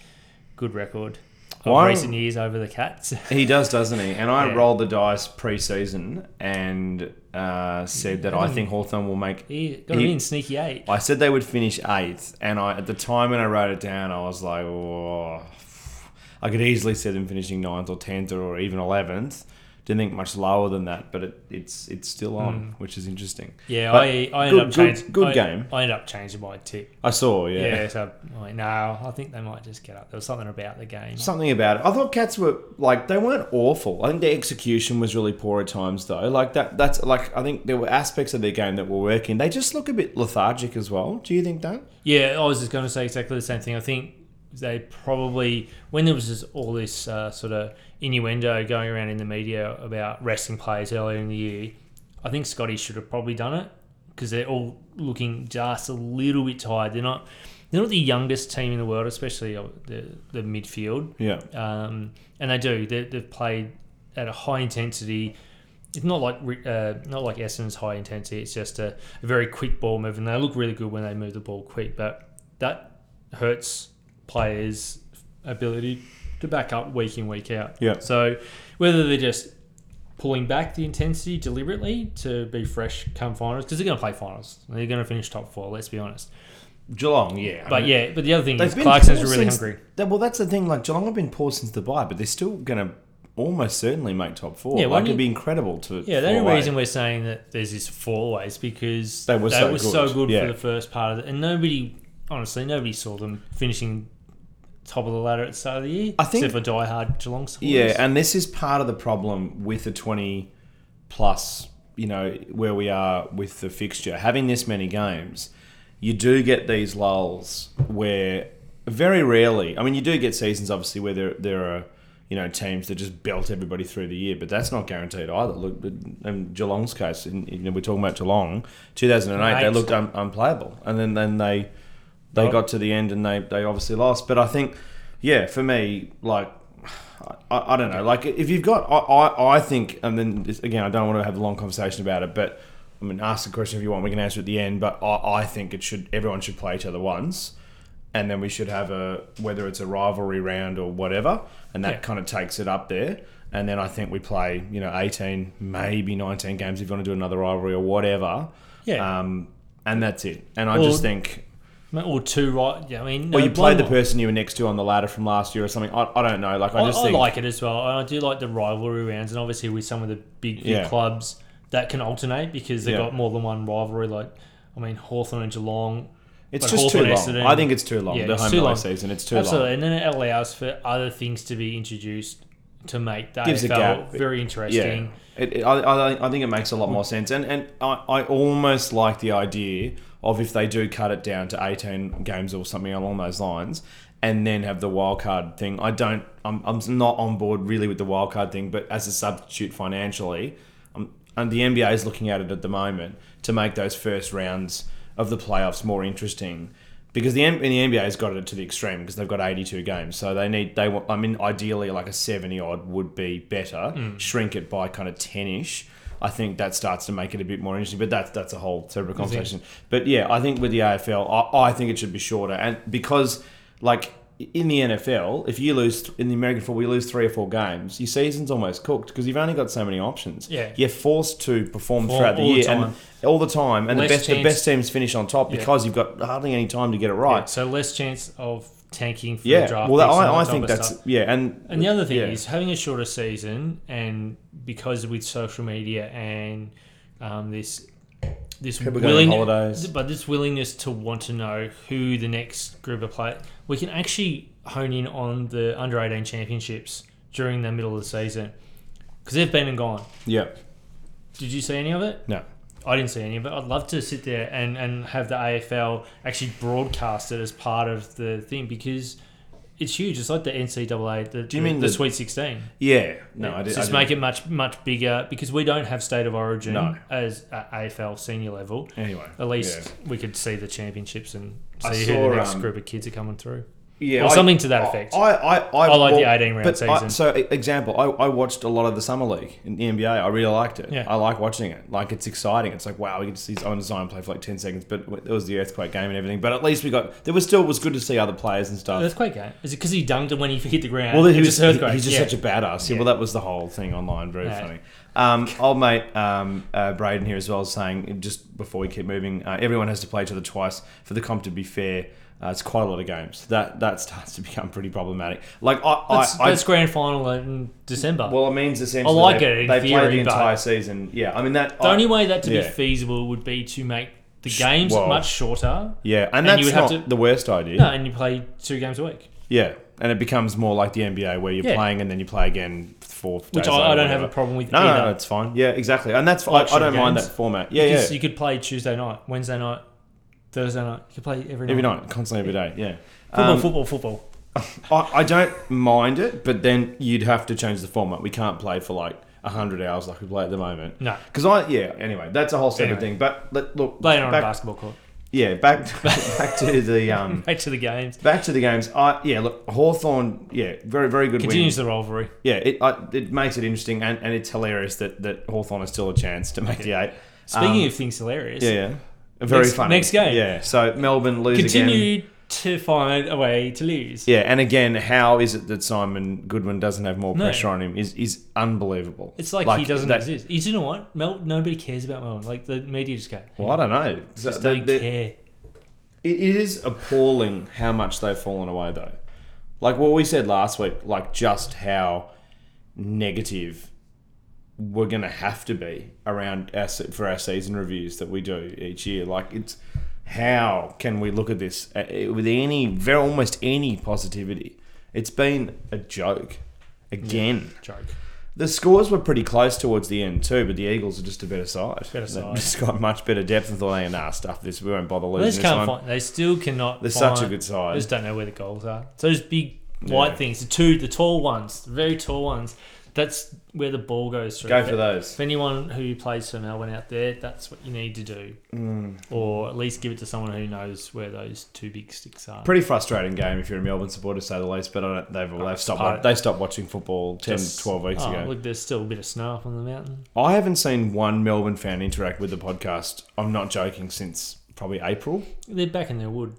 good record of
Why-
recent years over the Cats. (laughs)
he does, doesn't he? And I
Yeah.
rolled the dice pre-season and uh, said that I think Hawthorn will make
he got
He-
him in sneaky eight.
I said they would finish eighth, and I at the time when I wrote it down, I was like, oh, I could easily see them finishing ninth or tenth or even eleventh. Didn't think much lower than that, but it, it's it's still on, which is interesting.
Mm. Yeah,
But
I, I ended
good-
up
good-
changing.
good
I-
game.
I ended up changing my tip.
I saw, yeah,
Yeah. so I'm like, no, I think they might just get up. There was something about the game.
something about it. I thought cats were like they weren't awful. I think their execution was really poor at times, though. Like that, that's like I think there were aspects of their game that were working. They just look a bit lethargic as well. Do you think that?
Yeah, I was just going to say exactly the same thing. I think they probably, when there was just all this uh, sort of innuendo going around in the media about resting players earlier in the year, I think Scotty should have probably done it because they're all looking just a little bit tired. They're not, they're not the youngest team in the world, especially uh, the, the midfield
Yeah,
um, and they do. They, they've played at a high intensity. It's not like re- uh, not like Essendon's high intensity. It's just a, a very quick ball move, and they look really good when they move the ball quick. But that hurts players' ability to back up week in week out.
Yeah.
So whether they're just pulling back the intensity deliberately to be fresh come finals because they're going to play finals. They're going to finish top four. Let's be honest.
Geelong, yeah, I
But
mean-
yeah, but the other thing
They've
is
been
Clarkson's
poor
really
since-
hungry.
that- well, that's the thing. Like Geelong have been poor since the bye, but they're still going to almost certainly make top four.
Yeah,
like
when
it'd
you-
be incredible to.
Yeah, the
fall
only
away.
reason we're saying that there's this fall away is because
They were so good. Yeah.
for the first part of it, and nobody, honestly, nobody saw them finishing top of the ladder at the start of the year.
I think-
except for diehard Geelong supporters.
Yeah, and this is part of the problem with the twenty plus. You know where we are with the fixture. Having this many games, you do get these lulls where very rarely. I mean, you do get seasons obviously where there there are. You know, teams that just belt everybody through the year, but that's not guaranteed either. Look, in Geelong's case, in, you know, we're talking about Geelong, 2008, they
Right.
looked un- unplayable. And then, then they they
Well-
got to the end and they, they obviously lost. But I think, yeah, for me, like, I, I don't know. Like, if you've got, I, I, I think, and then this- again, I don't want to have a long conversation about it, but I mean, ask the question if you want. We can answer at the end. But I, I think it should, everyone should play each other once. And then we should have a, whether it's a rivalry round or whatever. And that
Yeah.
kind of takes it up there. And then I think we play, you know, 18, maybe 19 games if you want to do another rivalry or whatever.
yeah,
Um, and that's it. And I
Well,
just think,
or two right. Yeah, I mean,
well,
no,
you play
one-
the person you were next to on the ladder from last year or something. I, I don't know. Like I
I,
just
I
think,
like it as well. and I do like the rivalry rounds, and obviously with some of the big, big
Yeah.
clubs that can alternate because they've
Yeah.
got more than one rivalry. Like, I mean, Hawthorn and Geelong.
it's
like
just too long.
Hawthorn, Essendon.
I think it's too long.
Yeah,
the
it's
home
too
and away
long.
season, it's too
Absolutely,
long.
and then it allows for other things to be introduced to make the
Gives a
AFL
gap.
very
Yeah,
interesting.
it, it, I, I, I think it makes a lot more sense. And and I, I almost like the idea of if they do cut it down to eighteen games or something along those lines, and then have the wild card thing. I don't. I'm, I'm not on board really with the wild card thing, but as a substitute financially, um, and the NBA is looking at it at the moment to make those first rounds of the playoffs more interesting. Because the, N- and the NBA has got it to the extreme because they've got 82 games, so they need they want. I mean, ideally, like a 70 odd would be better. Shrink it by kind of 10 ish. I think that starts to make it a bit more interesting. But that's that's a whole separate conversation. But yeah, I think with the AFL, I, I think it should be shorter, and because like in the NFL, if you lose in the American football, you lose three or four games, your season's almost cooked because you've only got so many options.
Yeah.
you're forced to perform throughout
Perform
the
all the
year
time.
and all the time, and
Less
the best the
chance-
best teams finish on top
Yeah.
because you've got hardly any time to get it
Yeah,
right.
so less chance of tanking for
Yeah,
the draft.
well,
picks and all
I, I
that
think
type of
that's
stuff.
yeah, and
And the other thing
yeah.
is having a shorter season, and because with social media and um, this this
People going on
willing-
holidays.
but this willingness to want to know who the next group of play, we can actually hone in on the under eighteen championships during the middle of the season because they've been and gone.
yeah,
Did you see any of it?
no,
I didn't see any of it. I'd love to sit there and, and have the AFL actually broadcast it as part of the thing because it's huge. It's like the NCAA. The,
Do you mean
the,
the-
Sweet Sixteen?
yeah, no, I did
Just
I
make it much much bigger because we don't have state of origin
No.
as at AFL senior level.
it anyway.
At least
yeah.
we could see the championships and
I
see who
saw,
the next
um,
group of kids are coming through.
Yeah,
Or something to that effect.
I, I, I,
I like the
well,
18 round
but I-
season.
so, e- example, I, I watched a lot of the summer league in the NBA. I really liked it.
Yeah.
I like watching it. Like it's exciting. It's like wow, we get to see Zion Zion play for like 10 seconds. But it was the earthquake game and everything. But at least we got there was still it was good to see other players and stuff.
Earthquake game is it because he dunked it when he hit the ground?
Well, he
It's
was
just earthquake.
he's just
Yeah.
such a badass. Yeah,
Yeah.
Well, that was the whole thing online. Very
Yeah.
funny. Um, old mate um, uh, Braden here as well is saying just before we keep moving, uh, everyone has to play each other twice for the comp to be fair. Uh, it's quite a lot of games. That that starts to (laughs) become pretty problematic. Like I,
That's,
I, I
that's grand final in December.
well, it means essentially
I like
they,
it in
they play
theory,
the
but-
entire season. Yeah, I mean that.
The
I-
only way that to
yeah.
be feasible would be to make the
Sh-
games
well.
much shorter.
yeah, and
and
that's
you would
not
have to-
the worst idea.
No, and you play two games a week,
Yeah, and it becomes more like the NBA where you're
Yeah.
playing and then you play again four.
which
days
I,
later,
I don't have
whatever.
a problem with
No,
either.
no, no, it's fine. Yeah, exactly, and that's
Like
I, I don't
short
mind
games.
that format. Yeah,
because
yeah.
you could play Tuesday night, Wednesday night, Thursday night. You could play every night.
every night, constantly every day. Yeah,
Football,
Um,
football, football.
I, I don't mind it, but then you'd have to change the format. We can't play for like hundred hours like we play at the moment.
No,
Because I yeah. Anyway, that's a whole separate
Anyway.
thing. But let, look,
playing on a
back,
basketball court.
yeah,
(laughs)
back back to the um
Back to the games.
back to the games. I yeah, look, Hawthorn, yeah, very very good win.
Continues the rivalry.
Yeah, it I, it makes it interesting, and, and it's hilarious that that Hawthorn has still a chance to make the eight.
Speaking
Um,
of things hilarious,
yeah, yeah, very
Next-
funny.
next game.
yeah. So Melbourne lose again.
continue to find a way to lose.
Yeah, and again, how is it that Simon Goodwin doesn't have more
No.
pressure on him? Is is unbelievable.
It's like, he doesn't
that-
exist. You know what? Mel, nobody cares about Melbourne. Like the media just go.
Well, I don't know.
Just
The-
don't
the-
care.
It is appalling how much they've fallen away, though. Like what we said last week, like just how negative we're going to have to be around our, se- for our season reviews that we do each year. Like it's how can we look at this uh, uh, with any very almost any positivity? It's been a joke again.
Joke.
The scores were pretty close towards the end too, but the Eagles are just a better side.
Better
They've
side.
just got much better depth and thought, "Hey, nah, stuff this. We won't bother losing
They just
this
can't
one."
find. They still cannot.
They're
find,
such a good
I
side.
just don't know where the goals are. So those big white
Yeah.
things, the two, the tall ones, the very tall ones. That's where the ball goes through.
Go for
If-
those.
If anyone who plays for Melbourne out there, that's what you need to do,
Mm.
or at least give it to someone who knows where those two big sticks are.
Pretty frustrating game if you're a Melbourne supporter, to say the least. But I don't, they've they've stopped.
part-
wa- They stopped watching football 10,
Oh, Just-
12 weeks
oh,
ago.
Look, there's still a bit of snow up on the mountain.
I haven't seen one Melbourne fan interact with the podcast. I'm not joking. Since probably April.
They're back in their wood.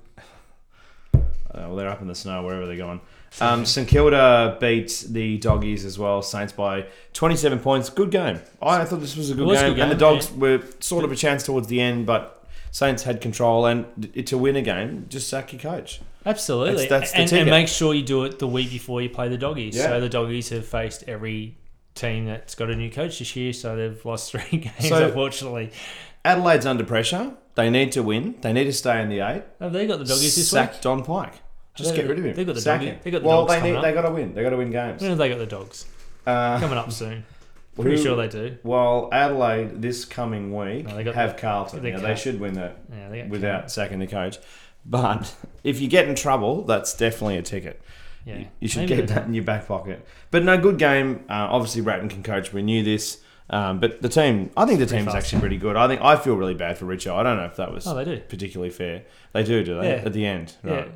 Uh, well, they're up in the snow wherever they're going.
(laughs)
Um, St Kilda beat the Doggies as well. Saints by 27 points. Good game. I thought this was a good,
It was a
game.
good
and the
game,
Dogs were sort of a chance towards the end, but Saints had control. And d- to win a game, just sack your coach.
Absolutely.
That's- that's the
and, and
ticket.
make sure you do it the week before you play the doggies.
Yeah.
So the doggies have faced every team that's got a new coach this year, so they've lost three (laughs) games,
So-
unfortunately.
Adelaide's under pressure. They need to win. They need to stay in the eight.
Have they got the doggies this
Sack
week?
Don Pike. Just
They-
get rid of him.
they got the
Sack
doggy-
him.
they got the
well,
dogs
they
coming
need,
up.
they got to win. They got to win games.
When have they got
(laughs)
the dogs?
Uh,
Coming up soon.
who-
Pretty sure they do.
Well, Adelaide this coming week
No, they got
have Carlton.
they
Now,
got-
they should win that
Yeah, they got
without sacking the coach. But (laughs) if you get in trouble, that's definitely a ticket.
Yeah,
You, you should
Maybe
keep
they
that in your back pocket. But no, good game. Uh, obviously, Ratton can coach. We knew this. Um, but the team, I think the
Pretty
team's
fast.
actually pretty good. I think I feel really bad for Richo. I don't know if that was
Oh, they do.
particularly fair. They do, do they?
Yeah.
At the end, right?
Yeah,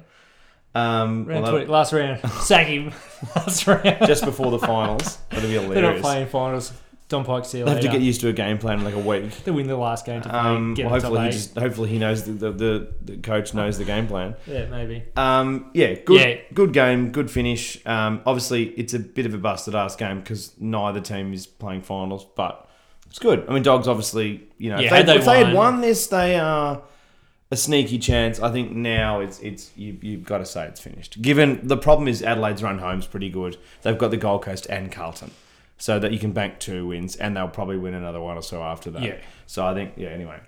Um,
round
well,
20,
(laughs)
last round, sack him. (laughs) last round.
that- just before the
(laughs)
finals, that'd be
They're not
hilarious.
playing finals. Don Pike, see you
They have to
later.
get used to a game plan in like a week.
They win the last game to play.
Um,
get
well,
in top
hopefully, he
eight.
just, hopefully he knows the, the, the, the coach knows the game plan.
yeah, maybe.
Um, yeah, good,
Yeah.
good game, good finish. Um, obviously, it's a bit of a busted ass game because neither team is playing finals, but it's good. I mean, dogs obviously, you know,
Yeah,
if, they,
had they
if they had
won-
won this, they are a sneaky chance. I think now it's it's you, you've got to say it's finished. Given the problem is Adelaide's run home's pretty good. They've got the Gold Coast and Carlton, so that you can bank two wins, and they'll probably win another one or so after that.
Yeah.
So I think yeah. Anyway,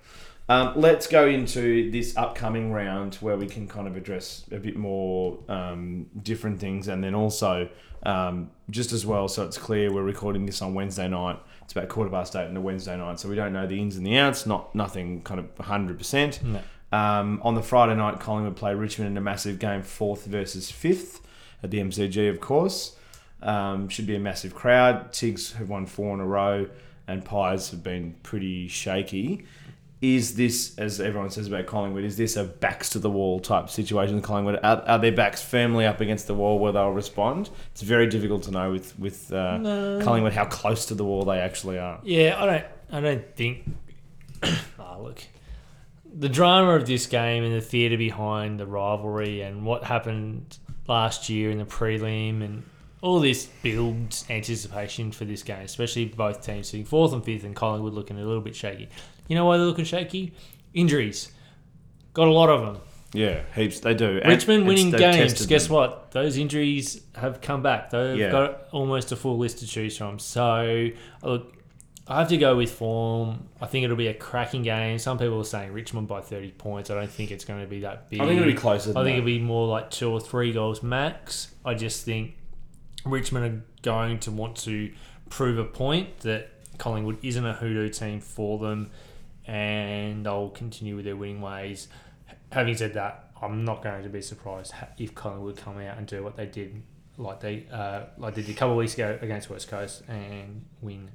um, let's go into this upcoming round where we can kind of address a bit more um, different things, and then also um, just as well, so it's clear we're recording this on Wednesday night. It's about quarter past eight on a Wednesday night, so we don't know the ins and the outs. Not nothing kind of hundred percent.
No.
Um, on the Friday night, Collingwood play Richmond in a massive game, fourth versus fifth at the MCG, of course. Um, should be a massive crowd. Tigs have won four in a row, and Pies have been pretty shaky. Is this, as everyone says about Collingwood, is this a backs to the wall type situation with Collingwood? Are, are their backs firmly up against the wall where they'll respond? It's very difficult to know with with uh,
No.
Collingwood how close to the wall they actually are.
Yeah, I don't. I don't think. (coughs) Ah, look, the drama of this game and the theatre behind the rivalry and what happened last year in the prelim and all this builds anticipation for this game, especially both teams sitting fourth and fifth and Collingwood looking a little bit shaky. You know why they're looking shaky? Injuries. Got a lot of them.
Yeah, heaps they do. And
Richmond
it's-
winning
they've
games.
tested
Guess
them.
what? Those injuries have come back. They've
Yeah.
got almost a full list to choose from. So, look, I have to go with form. I think it'll be a cracking game. Some people are saying Richmond by 30 points. I don't think it's going to be that big.
I think it'll be closer. Than
I think
that.
it'll be more like two or three goals max. I just think Richmond are going to want to prove a point that Collingwood isn't a hoodoo team for them, and they'll continue with their winning ways. Having said that, I'm not going to be surprised ha- if Collingwood come out and do what they did, like they uh, like they did a couple of weeks ago against West Coast and win,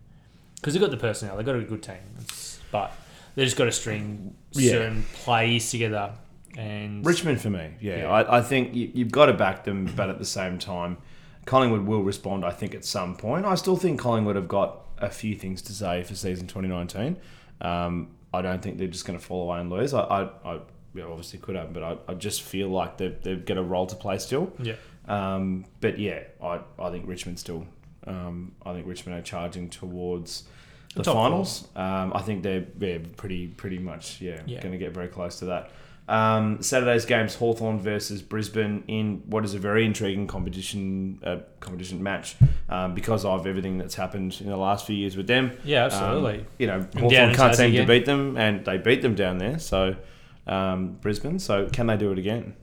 because they've got the personnel, they've got a good team, It's- but they just got to string
Yeah.
certain plays together. And
Richmond for me. Yeah,
Yeah.
I, I think you, you've got to back them, but at the same time, Collingwood will respond. I think at some point. I still think Collingwood have got a few things to say for season 2019. Um, I don't think they're just going to fall away and lose. I, I, I yeah, obviously could have, but I, I just feel like they've, they've got a role to play still.
Yeah.
Um, but yeah, I, I think Richmond still. Um, I think Richmond are charging towards the,
The top four.
finals. Um, I think they're yeah, pretty pretty much yeah,
Yeah.
going to get very close to that. Um, Saturday's games: Hawthorn versus Brisbane in what is a very intriguing competition uh, competition match um, because of everything that's happened in the last few years with them.
Yeah,
Um,
absolutely.
you know,
down
Hawthorn
in
can't
Tassie
seem to
again.
beat them, and they beat them down there. So um, Brisbane. So can they do it again?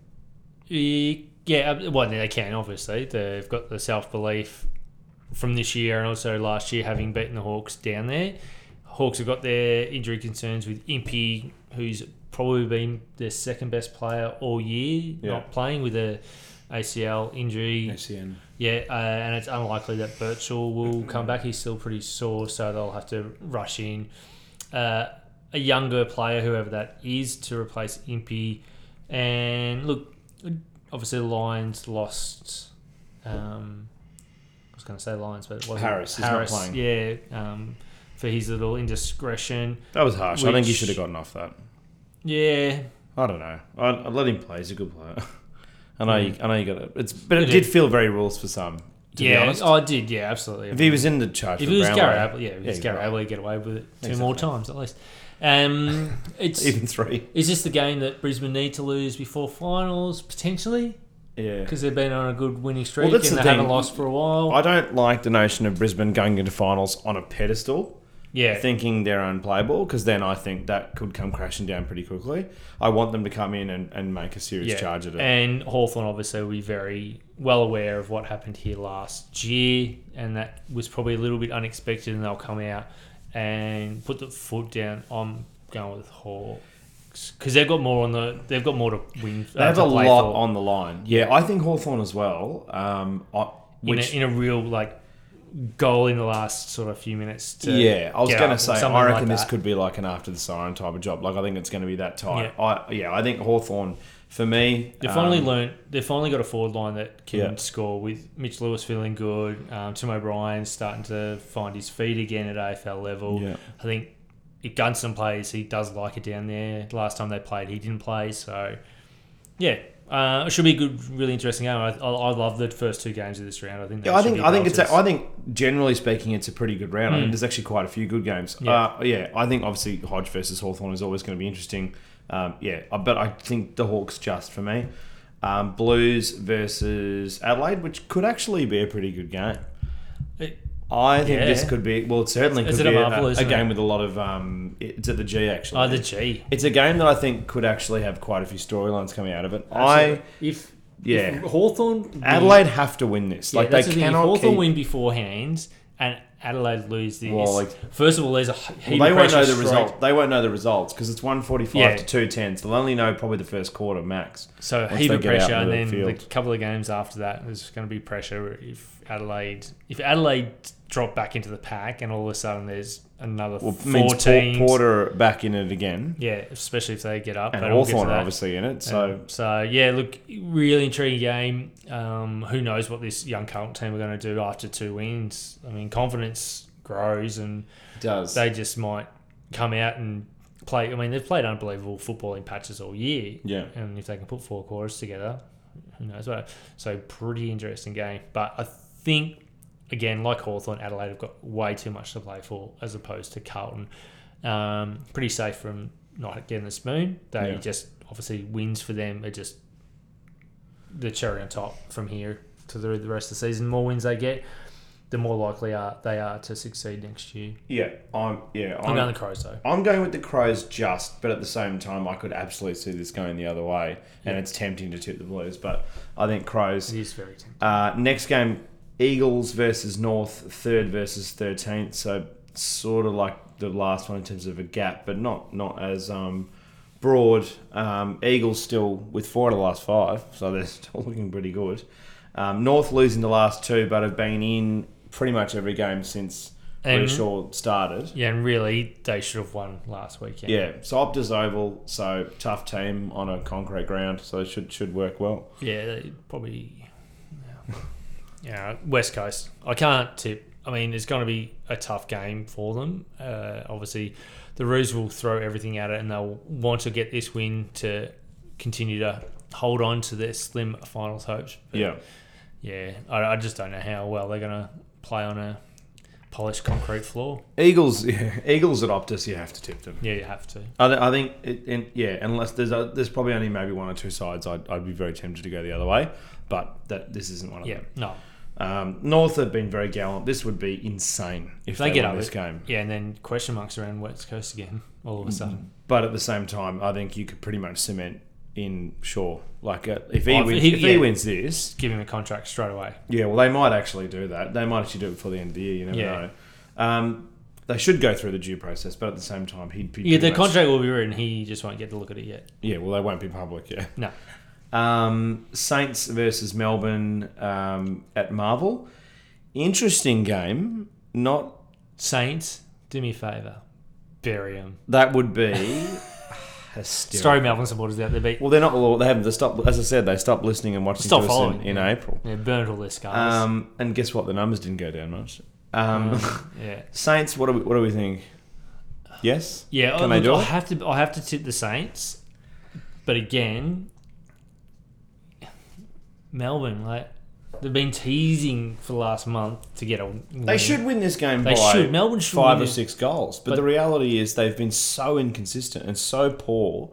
E- yeah, ab- well, they can obviously. They've got the self belief from this year and also last year, having beaten the Hawks down there. Hawks have got their injury concerns with Impey, who's probably been their second best player all year,
Yeah.
not playing with a ACL injury.
SCN.
Yeah, uh, and it's unlikely that Birchall will come back. He's still pretty sore, so they'll have to rush in uh, a younger player, whoever that is, to replace Impey. And look, obviously the Lions lost. Um, I was going to say Lions, but it wasn't
Harris, he's not playing.
yeah, um, for his little indiscretion.
That was harsh. I think you
Which-
should have gotten off that.
Yeah,
I don't know. I, I let him play. He's a good player. (laughs) I know. You, I know you got it. It's but it
It
did
is.
feel very rules for some. To be
yeah,
honest,
oh, I did. Yeah, absolutely.
if he was in the charge,
If
for
it was
Brownlow,
Gary Ablett, yeah, if it was
Yeah,
Gary
right.
Ablett, get away with it two
Exactly.
more times at least.
(laughs)
Um, it's
even three.
Is this the game that Brisbane need to lose before finals potentially?
Yeah.
Because they've been on a good winning streak
that's
and
the
they
thing.
haven't lost for a while.
I don't like the notion of Brisbane going into finals on a pedestal,
yeah,
thinking they're unplayable, because then I think that could come crashing down pretty quickly. I want them to come in and, and make a serious
yeah.
charge at it.
And Hawthorn obviously will be very well aware of what happened here last year, and that was probably a little bit unexpected. And they'll come out and put the foot down. I'm going with Hawks. because they've got more on the they've got more to win.
They have a lot on the line. Yeah, I think Hawthorn as well. Um, I, which
in, a, in a real like goal in the last sort of few minutes. To
yeah, I was
get
going
up or
to say,
something
I
like
reckon this
that.
could be like an after the siren type of job. Like, I think it's going to be that type.
Yeah.
I yeah, I think Hawthorn for me.
They've
um,
finally learned. They've finally got a forward line that can
Yeah.
score with Mitch Lewis feeling good. Um, Tim O'Brien starting to find his feet again at AFL level.
Yeah.
I think if Gunson plays, he does like it down there. Last time they played, he didn't play. So, yeah, uh, it should be a good, really interesting game. I, I, I love the first two games of this round. I think. they
Yeah, I
should
think
be
I think it's
belters.
a, I think generally speaking it's a pretty good round. I mean, there's actually quite a few good games.
Yeah.
Uh, yeah I think obviously Hodge versus Hawthorn is always going to be interesting. Um, yeah, I- but I think the Hawks just for me. Um, Blues versus Adelaide, which could actually be a pretty good game.
It-
I think this
Yeah.
could be well. It certainly
It's
could
at a
be a,
Marvel,
a
isn't it?
game with a lot of. Um, it's at the G actually.
Oh, the G.
it's a game that I think could actually have quite a few storylines coming out of it. I
if
yeah.
Hawthorn
Adelaide have to win this.
Yeah,
like they
that's the thing. If
cannot
Hawthorn
keep-
win beforehand and Adelaide lose this,
Well, like-
first of all, there's a h- heap
Well, they
of
won't
pressure
know the
straight-
result. They won't know the results because it's one forty-five
Yeah.
to two ten. So they'll only know probably the first quarter max.
So a
once
heap
they
of
get out
pressure, and
into the
then the
field.
couple of games after that, there's going to be pressure if Adelaide if Adelaide drop back into the pack, and all of a sudden there's another
Well, it
four
means Por-
teams.
Porter back in it again,
Yeah, especially if they get up.
and
but we'll get to
Hawthorn are
that.
obviously in it. So
Um, so yeah, look, really intriguing game. Um, who knows what this young Carlton team are going to do after two wins? I mean, confidence grows, and
it does
they just might come out and play. I mean, they've played unbelievable football in patches all year.
Yeah.
And if they can put four quarters together, who knows what? So, pretty interesting game. But I think, again, like Hawthorn, Adelaide have got way too much to play for as opposed to Carlton. Um, pretty safe from not getting the spoon. They
Yeah.
just, obviously, wins for them are just the cherry on top from here to the, the rest of the season. More wins they get, the more likely are they are to succeed next year.
yeah, I'm yeah
I'm
I'm,
going the Crows though.
I'm going with the Crows just, but at the same time, I could absolutely see this going the other way, and it's tempting to tip the Blues, but I think Crows.
It is very tempting.
Uh, next game, Eagles versus North, third versus thirteenth. So sort of like the last one in terms of a gap, but not not as um, broad. Um, Eagles still with four out of the last five, so (laughs) they're still looking pretty good. Um, North losing the last two, but have been in pretty much every game since
And-
Reshaw started.
Yeah, and really they should have won last weekend.
Yeah, so Optus Oval, so tough team on a concrete ground, so it should should work well.
yeah, they probably. Yeah, West Coast. I can't tip. I mean, it's going to be a tough game for them. Uh, obviously, the Roos will throw everything at it, and they'll want to get this win to continue to hold on to their slim finals hopes. But
Yeah.
yeah, I, I just don't know how well they're going to play on a polished concrete floor.
Eagles, (laughs) yeah, Eagles at Optus, you have to tip them.
Yeah, you have to.
I, th- I think, it, and yeah, unless there's a, there's probably only maybe one or two sides, I'd, I'd be very tempted to go the other way, but that this isn't one of
Yeah,
them.
no,
Um, North have been very gallant. This would be insane if
They
they,
get
won
up
this
it.
game.
Yeah, and then question marks around West Coast again all of a sudden.
But at the same time, I think you could pretty much cement in Shaw. Like uh, if he
Oh, if
wins,
he-
if he
yeah.
wins this,
Give him a contract straight away.
yeah, well they might actually do that. They might actually do it before the end of the year. You never
Yeah.
know. Um, they should go through the due process, but at the same time, he'd be
Yeah,
pretty
the
much-
contract will be written. He just won't get to look at it yet.
Yeah, well they won't be public. Yeah.
No.
Um, Saints versus Melbourne um, at Marvel. Interesting game. Not
Saints, do me a favour. Bury him.
that would (laughs) be hysterical.
Sorry, Melbourne supporters out there, but
Well, they're not. all- They haven't. They stopped. As I said, they stopped listening and watching
Stop
to us
following,
in, in
yeah.
April.
yeah, burn all their scars.
Um, and guess what? The numbers didn't go down much. Um,
yeah.
(laughs) Saints. What do we? What do we think? Yes.
Yeah,
Can
I,
they do
I
it?
have to. I have to tip the Saints, but again, Melbourne like they've been teasing for the last month to get a.
They should win this game
They
by
should. Melbourne should
five
win
or
it.
six goals. But,
But-
the reality is they've been so inconsistent and so poor,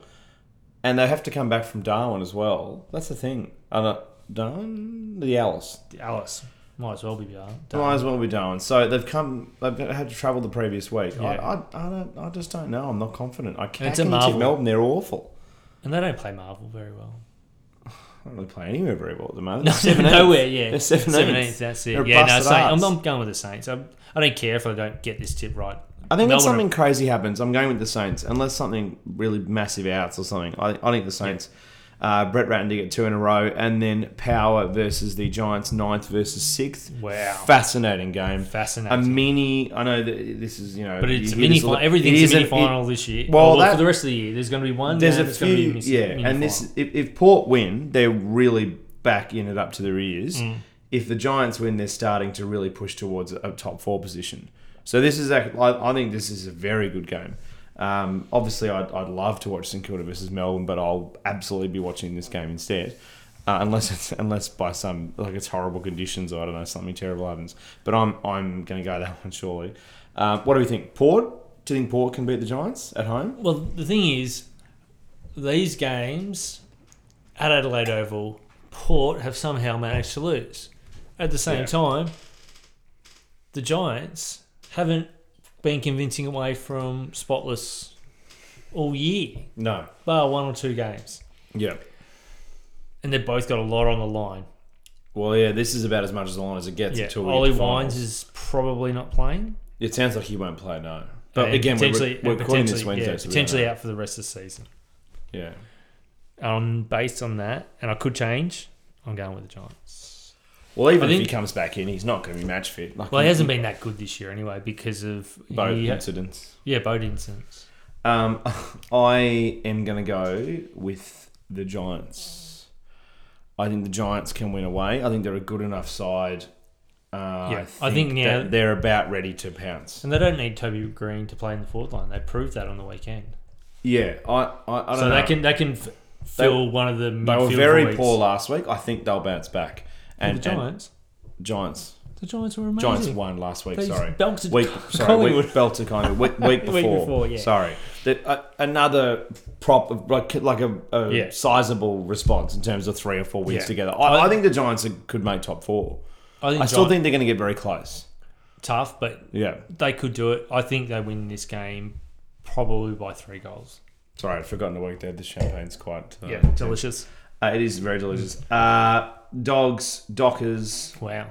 and they have to come back from Darwin as well. That's the thing. I don't, Darwin, the Alice
Alice might as well be Darwin.
might as well be Darwin. So they've come. They've had to travel the previous week. I,
Yeah.
I, I don't. I just don't know. I'm not confident. I can't
it's a
guarantee
marvel.
Melbourne. They're awful. (laughs)
and they don't play Marvel very well.
I don't really play anywhere very well at the moment.
(laughs) No,
Seven eighths.
nowhere, yeah.
They're seven
Seven
eighths.
eighths, that's it.
They're
yeah, no,
busted
Saint, I'm,
arts.
I'm going with the Saints. I'm, I don't care if I don't get this tip right.
I think when
Melbourne are-
something crazy happens, I'm going with the Saints. Unless something really massive outs or something, I, I think the Saints. Uh, Brett Ratner get two in a row, and then Power versus the Giants, ninth versus sixth.
Wow.
fascinating game. A
Fascinating.
mini. I know that this is you know,
but it's
you
a
hear
mini
this
final.
all-
Everything's
it is
a mini
it-
final this year.
Well,
Well,
that-
for the rest of the year, there's going to be one.
There's
and
a
it's gonna
few,
be mis-
yeah,
mini
and this
final.
if, if Port win, they're really back in it up to their ears. If the Giants win, they're starting to really push towards a top four position. So this is, ac- I, I think this is a very good game. Um, obviously, I'd, I'd love to watch St Kilda versus Melbourne, but I'll absolutely be watching this game instead. Uh, unless it's unless by some like it's horrible conditions or I don't know something terrible happens, but I'm I'm going to go that (laughs) one surely. Um, what do we think? Port? Do you think Port can beat the Giants at home?
Well, the thing is, these games at Adelaide Oval, Port have somehow managed to lose. At the same
Yeah.
time, the Giants haven't been convincing away from spotless all year,
No.
bar one or two games,
Yeah.
and they've both got a lot on the line.
Well, yeah, this is about as much as long as it gets
yeah,
until we
Ollie
get to finals.
Wines is probably not playing.
It sounds like he won't play no, but
and
again,
potentially-
we're, we're
and
recording this
potentially-
Wednesday,
yeah,
so we don't
potentially
know.
out for the rest of the season.
Yeah,
Um, based on that, and I could change. I'm going with the Giants.
well, even if
I
he
think-
comes back in, he's not going to be match fit. Like
Well, he hasn't been that good this year anyway because of
both
yeah,
incidents.
yeah boat incidents.
Um, (laughs) I am going to go with the Giants. I think the Giants can win away. I think they're a good enough side. Uh,
Yeah,
I
I
think,
think now-
that they're about ready to pounce.
And they don't need Toby Green to play in the fourth line. They proved that on the weekend.
Yeah, I, I, I don't
So
know.
that can that can f- fill one of the
they were
midfield
very
voids.
poor last week. I think they'll bounce back.
And,
And
the Giants.
and Giants.
the Giants were amazing.
Giants won last week.
They
sorry,
belted (laughs)
week.
Col-
Sorry,
Collingwood.
week, belted Collingwood. Week, week before.
(laughs) Week before, yeah.
Sorry, that uh, another prop of like like a, a
Yeah.
sizable response in terms of three or four wins
Yeah.
together. I, I think the Giants are, could make top four.
I think
I still
Giants-
think they're going to get very close.
tough, but
Yeah.
they could do it. I think they win this game probably by three goals.
Sorry, I'd forgotten to work there. The champagne's quite. Uh,
yeah, delicious.
uh, it is very delicious. Uh, dogs, Dockers.
Wow.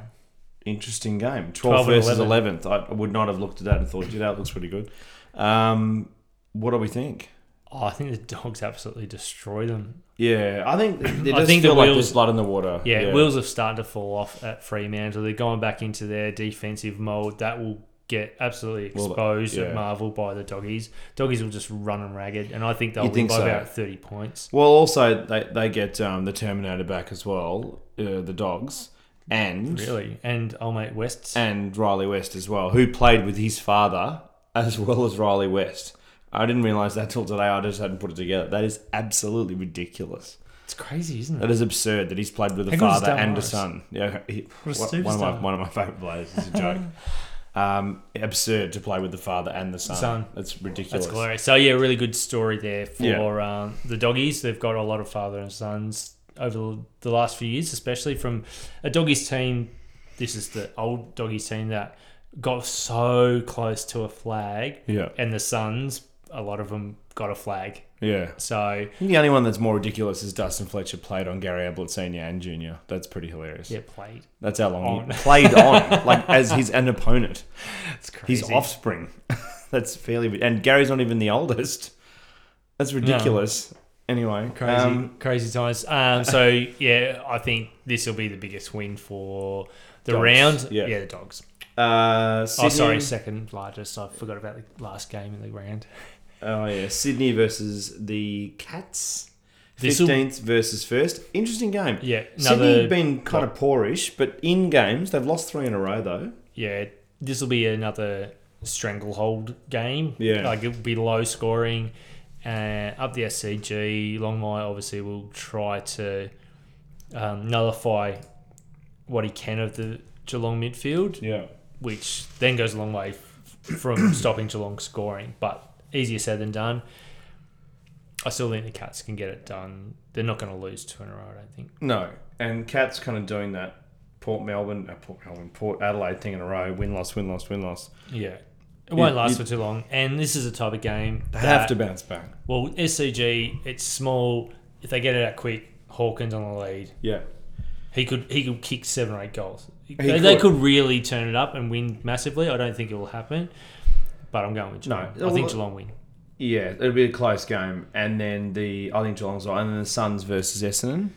Interesting game. 12,
12 and
versus 11th. I I would not have looked at that and thought, yeah, that looks pretty good. Um, what do we think?
Oh, I think the dogs absolutely destroy them.
Yeah, I
(clears throat)
think it does
think the
feel like
wheels-
there's blood in the water.
Yeah, wheels have started to fall off at Fremantle. They're going back into their defensive mold. That will get absolutely
Well,
exposed
yeah.
at Marvel by the doggies. Doggies will just run them ragged, and I think they'll
You
win
think
by
so?
about thirty points.
Well, also they they get um, the Terminator back as well, uh, the dogs, and
Really, and oh mate, West's
and Riley West as well, who played with his father as well as Riley West. I didn't realize that till today. I just hadn't put it together. That is absolutely ridiculous.
it's crazy, isn't
That
it?
is absurd that he's played with a
How good is
father
Dan
and a
Morris?
son. Yeah, (laughs) he-
What a
one, one of my
superstar.
one of my favorite players. It's a
(laughs)
joke. um, absurd to play with the father and the son.
Son.
That's
That's
ridiculous.
glorious. So yeah, really good story there for
Yeah.
um, the doggies. They've got a lot of father and sons over the last few years, especially from a doggies team. This is the old doggies team that got so close to a flag
Yeah,
and the Suns, a lot of them got a flag.
yeah.
So
I think the only one that's more ridiculous is Dustin Fletcher played on Gary Ablett Senior and Junior. That's pretty hilarious.
yeah, played.
That's how long
On.
he played
(laughs)
on, like as his an opponent,
That's crazy.
his offspring. (laughs) that's fairly, and Gary's not even the oldest. That's ridiculous. Anyway,
Crazy,
um,
crazy times.
(laughs)
Um, so yeah, I think this will be the biggest win for the
Dogs,
round.
yeah.
the dogs.
uh,
Oh, sorry,
Sydney-
second largest. I forgot about the last game in the round.
Oh yeah, Sydney versus the Cats.
This'll-
Fifteenth versus first. Interesting game.
Yeah,
Sydney
another
have been kind of poorish, but in games they've lost three in a row though.
yeah, this will be another stranglehold game.
Yeah.
like it'll be low scoring. Uh, up the SCG, Longmire obviously will try to um, nullify what he can of the Geelong midfield,
Yeah.
which then goes a long way f-
(coughs)
from stopping Geelong scoring. But easier said than done. I still think the Cats can get it done. They're not going to lose two in a row. I don't think.
No, and Cats kind of doing that Port Melbourne, uh, Port Melbourne, Port Adelaide thing in a row. Win loss, win loss, win loss.
Yeah. It won't
You-
last
you-
for too long, and this is a type of game
They
that-
have to bounce back.
Well, SCG, it's small. If they get it out quick, Hawkins on the lead.
Yeah.
He could he could kick seven or eight goals. they,
could.
they could really turn it up and win massively. I don't think it will happen, but I'm going with
No.
Geelong. I
Well,
think Geelong win.
Yeah, it'll be a close game, and then the I think Geelong's right, and then the Suns versus Essendon.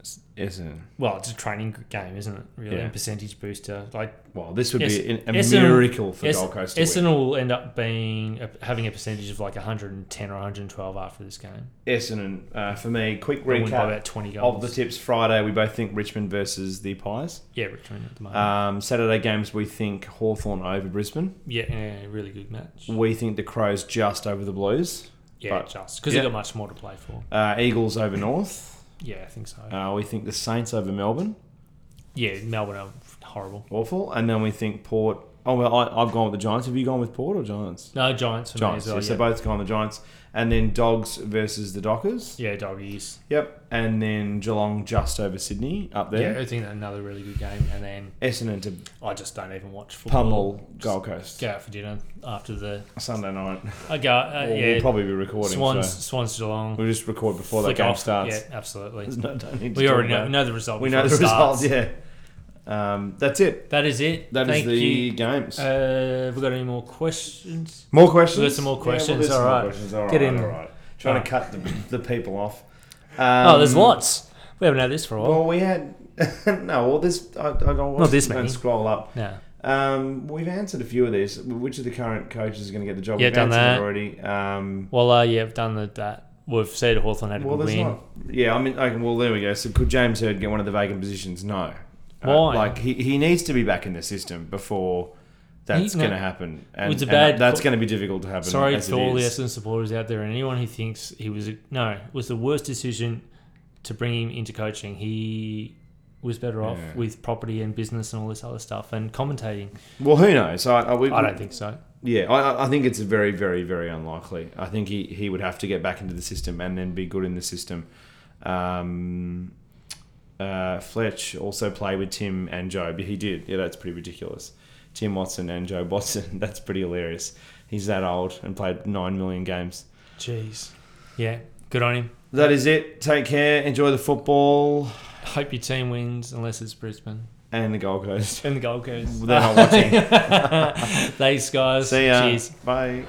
Es- Essendon.
Well, it's a training game, isn't it? Really,
Yeah.
and percentage booster. Like
Well, this would
Yes.
be an- a
Essendon-
miracle for
Es-
Gold Coast. To win.
Essendon will end up being having a percentage of like 110 or 112 after this game.
Essendon uh, for me. Quick
They'll win by
recap
about 20
of
goals.
the tips Friday. We both think Richmond versus the Pies.
yeah, Richmond at the moment.
Um, Saturday games we think Hawthorn over Brisbane.
yeah, yeah, really good match.
We think the Crows just over the Blues.
Yeah,
but-
just because
yeah.
they got much more to play for.
Uh, Eagles over North.
Yeah, I think so.
Uh, we think the Saints over Melbourne.
yeah, Melbourne are horrible.
Awful. And then we think Port. Oh well, I, I've gone with the Giants. Have you gone with Port or Giants?
No, Giants for
Giants.
me
yeah,
as
so
well.
both gone the Giants, and then Dogs versus the Dockers.
Yeah, yeah doggies.
Yep, and then Geelong just over Sydney up
Yeah,
there.
I think that's another really good game. And then
Essendon to
I just don't even watch football.
pummel Gold Coast
Go out for dinner after the.
Sunday night.
I go. Uh,
We'll-
yeah,
We'll probably be recording.
Swans,
so
Swans Geelong.
we'll just record before that
Flick
game
off.
starts.
Yeah,
(laughs)
absolutely.
There's no, don't need to
We
talk
already know,
about it.
know the result.
We know the
before it starts.
results. Yeah. Um, that's it.
That is it.
That is
Thank
the
you.
games.
Uh, have we got any more questions?
more questions.
we've got some more
Yeah,
questions,
there's some
all
more
right.
questions, all
Get
right,
in.
All right. Trying to cut the, the people off. Um,
oh, there's lots. We haven't had this for a while.
Well, we had (laughs) no. Well, this I, I don't watch,
Not this
don't
many.
Scroll up.
no.
Um, we've answered a few of these. Which of the current coaches is going to get the job?
Yeah,
we've
done
answered
that.
already. Um,
Well, uh, yeah, I've done the, that. We've said Hawthorn had a
well,
good
there's
win.
not. Yeah, I mean, okay, well, there we go. So could James Heard get one of the vacant positions? No. Uh,
Why?
like he, he needs to be back in the system before that's
He- no.
going to happen, and,
It's a
and
bad
that's
call.
going to be difficult to happen.
Sorry
as
to
it
all the
is.
Essendon supporters out there and anyone who thinks he was a, no, it was the worst decision to bring him into coaching. He was better off
Yeah.
with property and business and all this other stuff and commentating.
Well, who knows? I, I, we,
I don't think so.
Yeah, I, I- I think it's very, very, very unlikely. I think he, he would have to get back into the system and then be good in the system. Um, uh, Fletch also played with Tim and Joe. He did. Yeah, that's pretty ridiculous. Tim Watson and Joe Watson. (laughs) That's pretty hilarious. He's that old and played 9 million games.
Jeez. Yeah, good on him.
That is it. Take care. Enjoy the football
Hope your team wins unless it's Brisbane
and the Gold Coast. (laughs)
and the Gold Coast.
They're not watching.
Thanks, guys.
See ya.
Cheers.
Bye.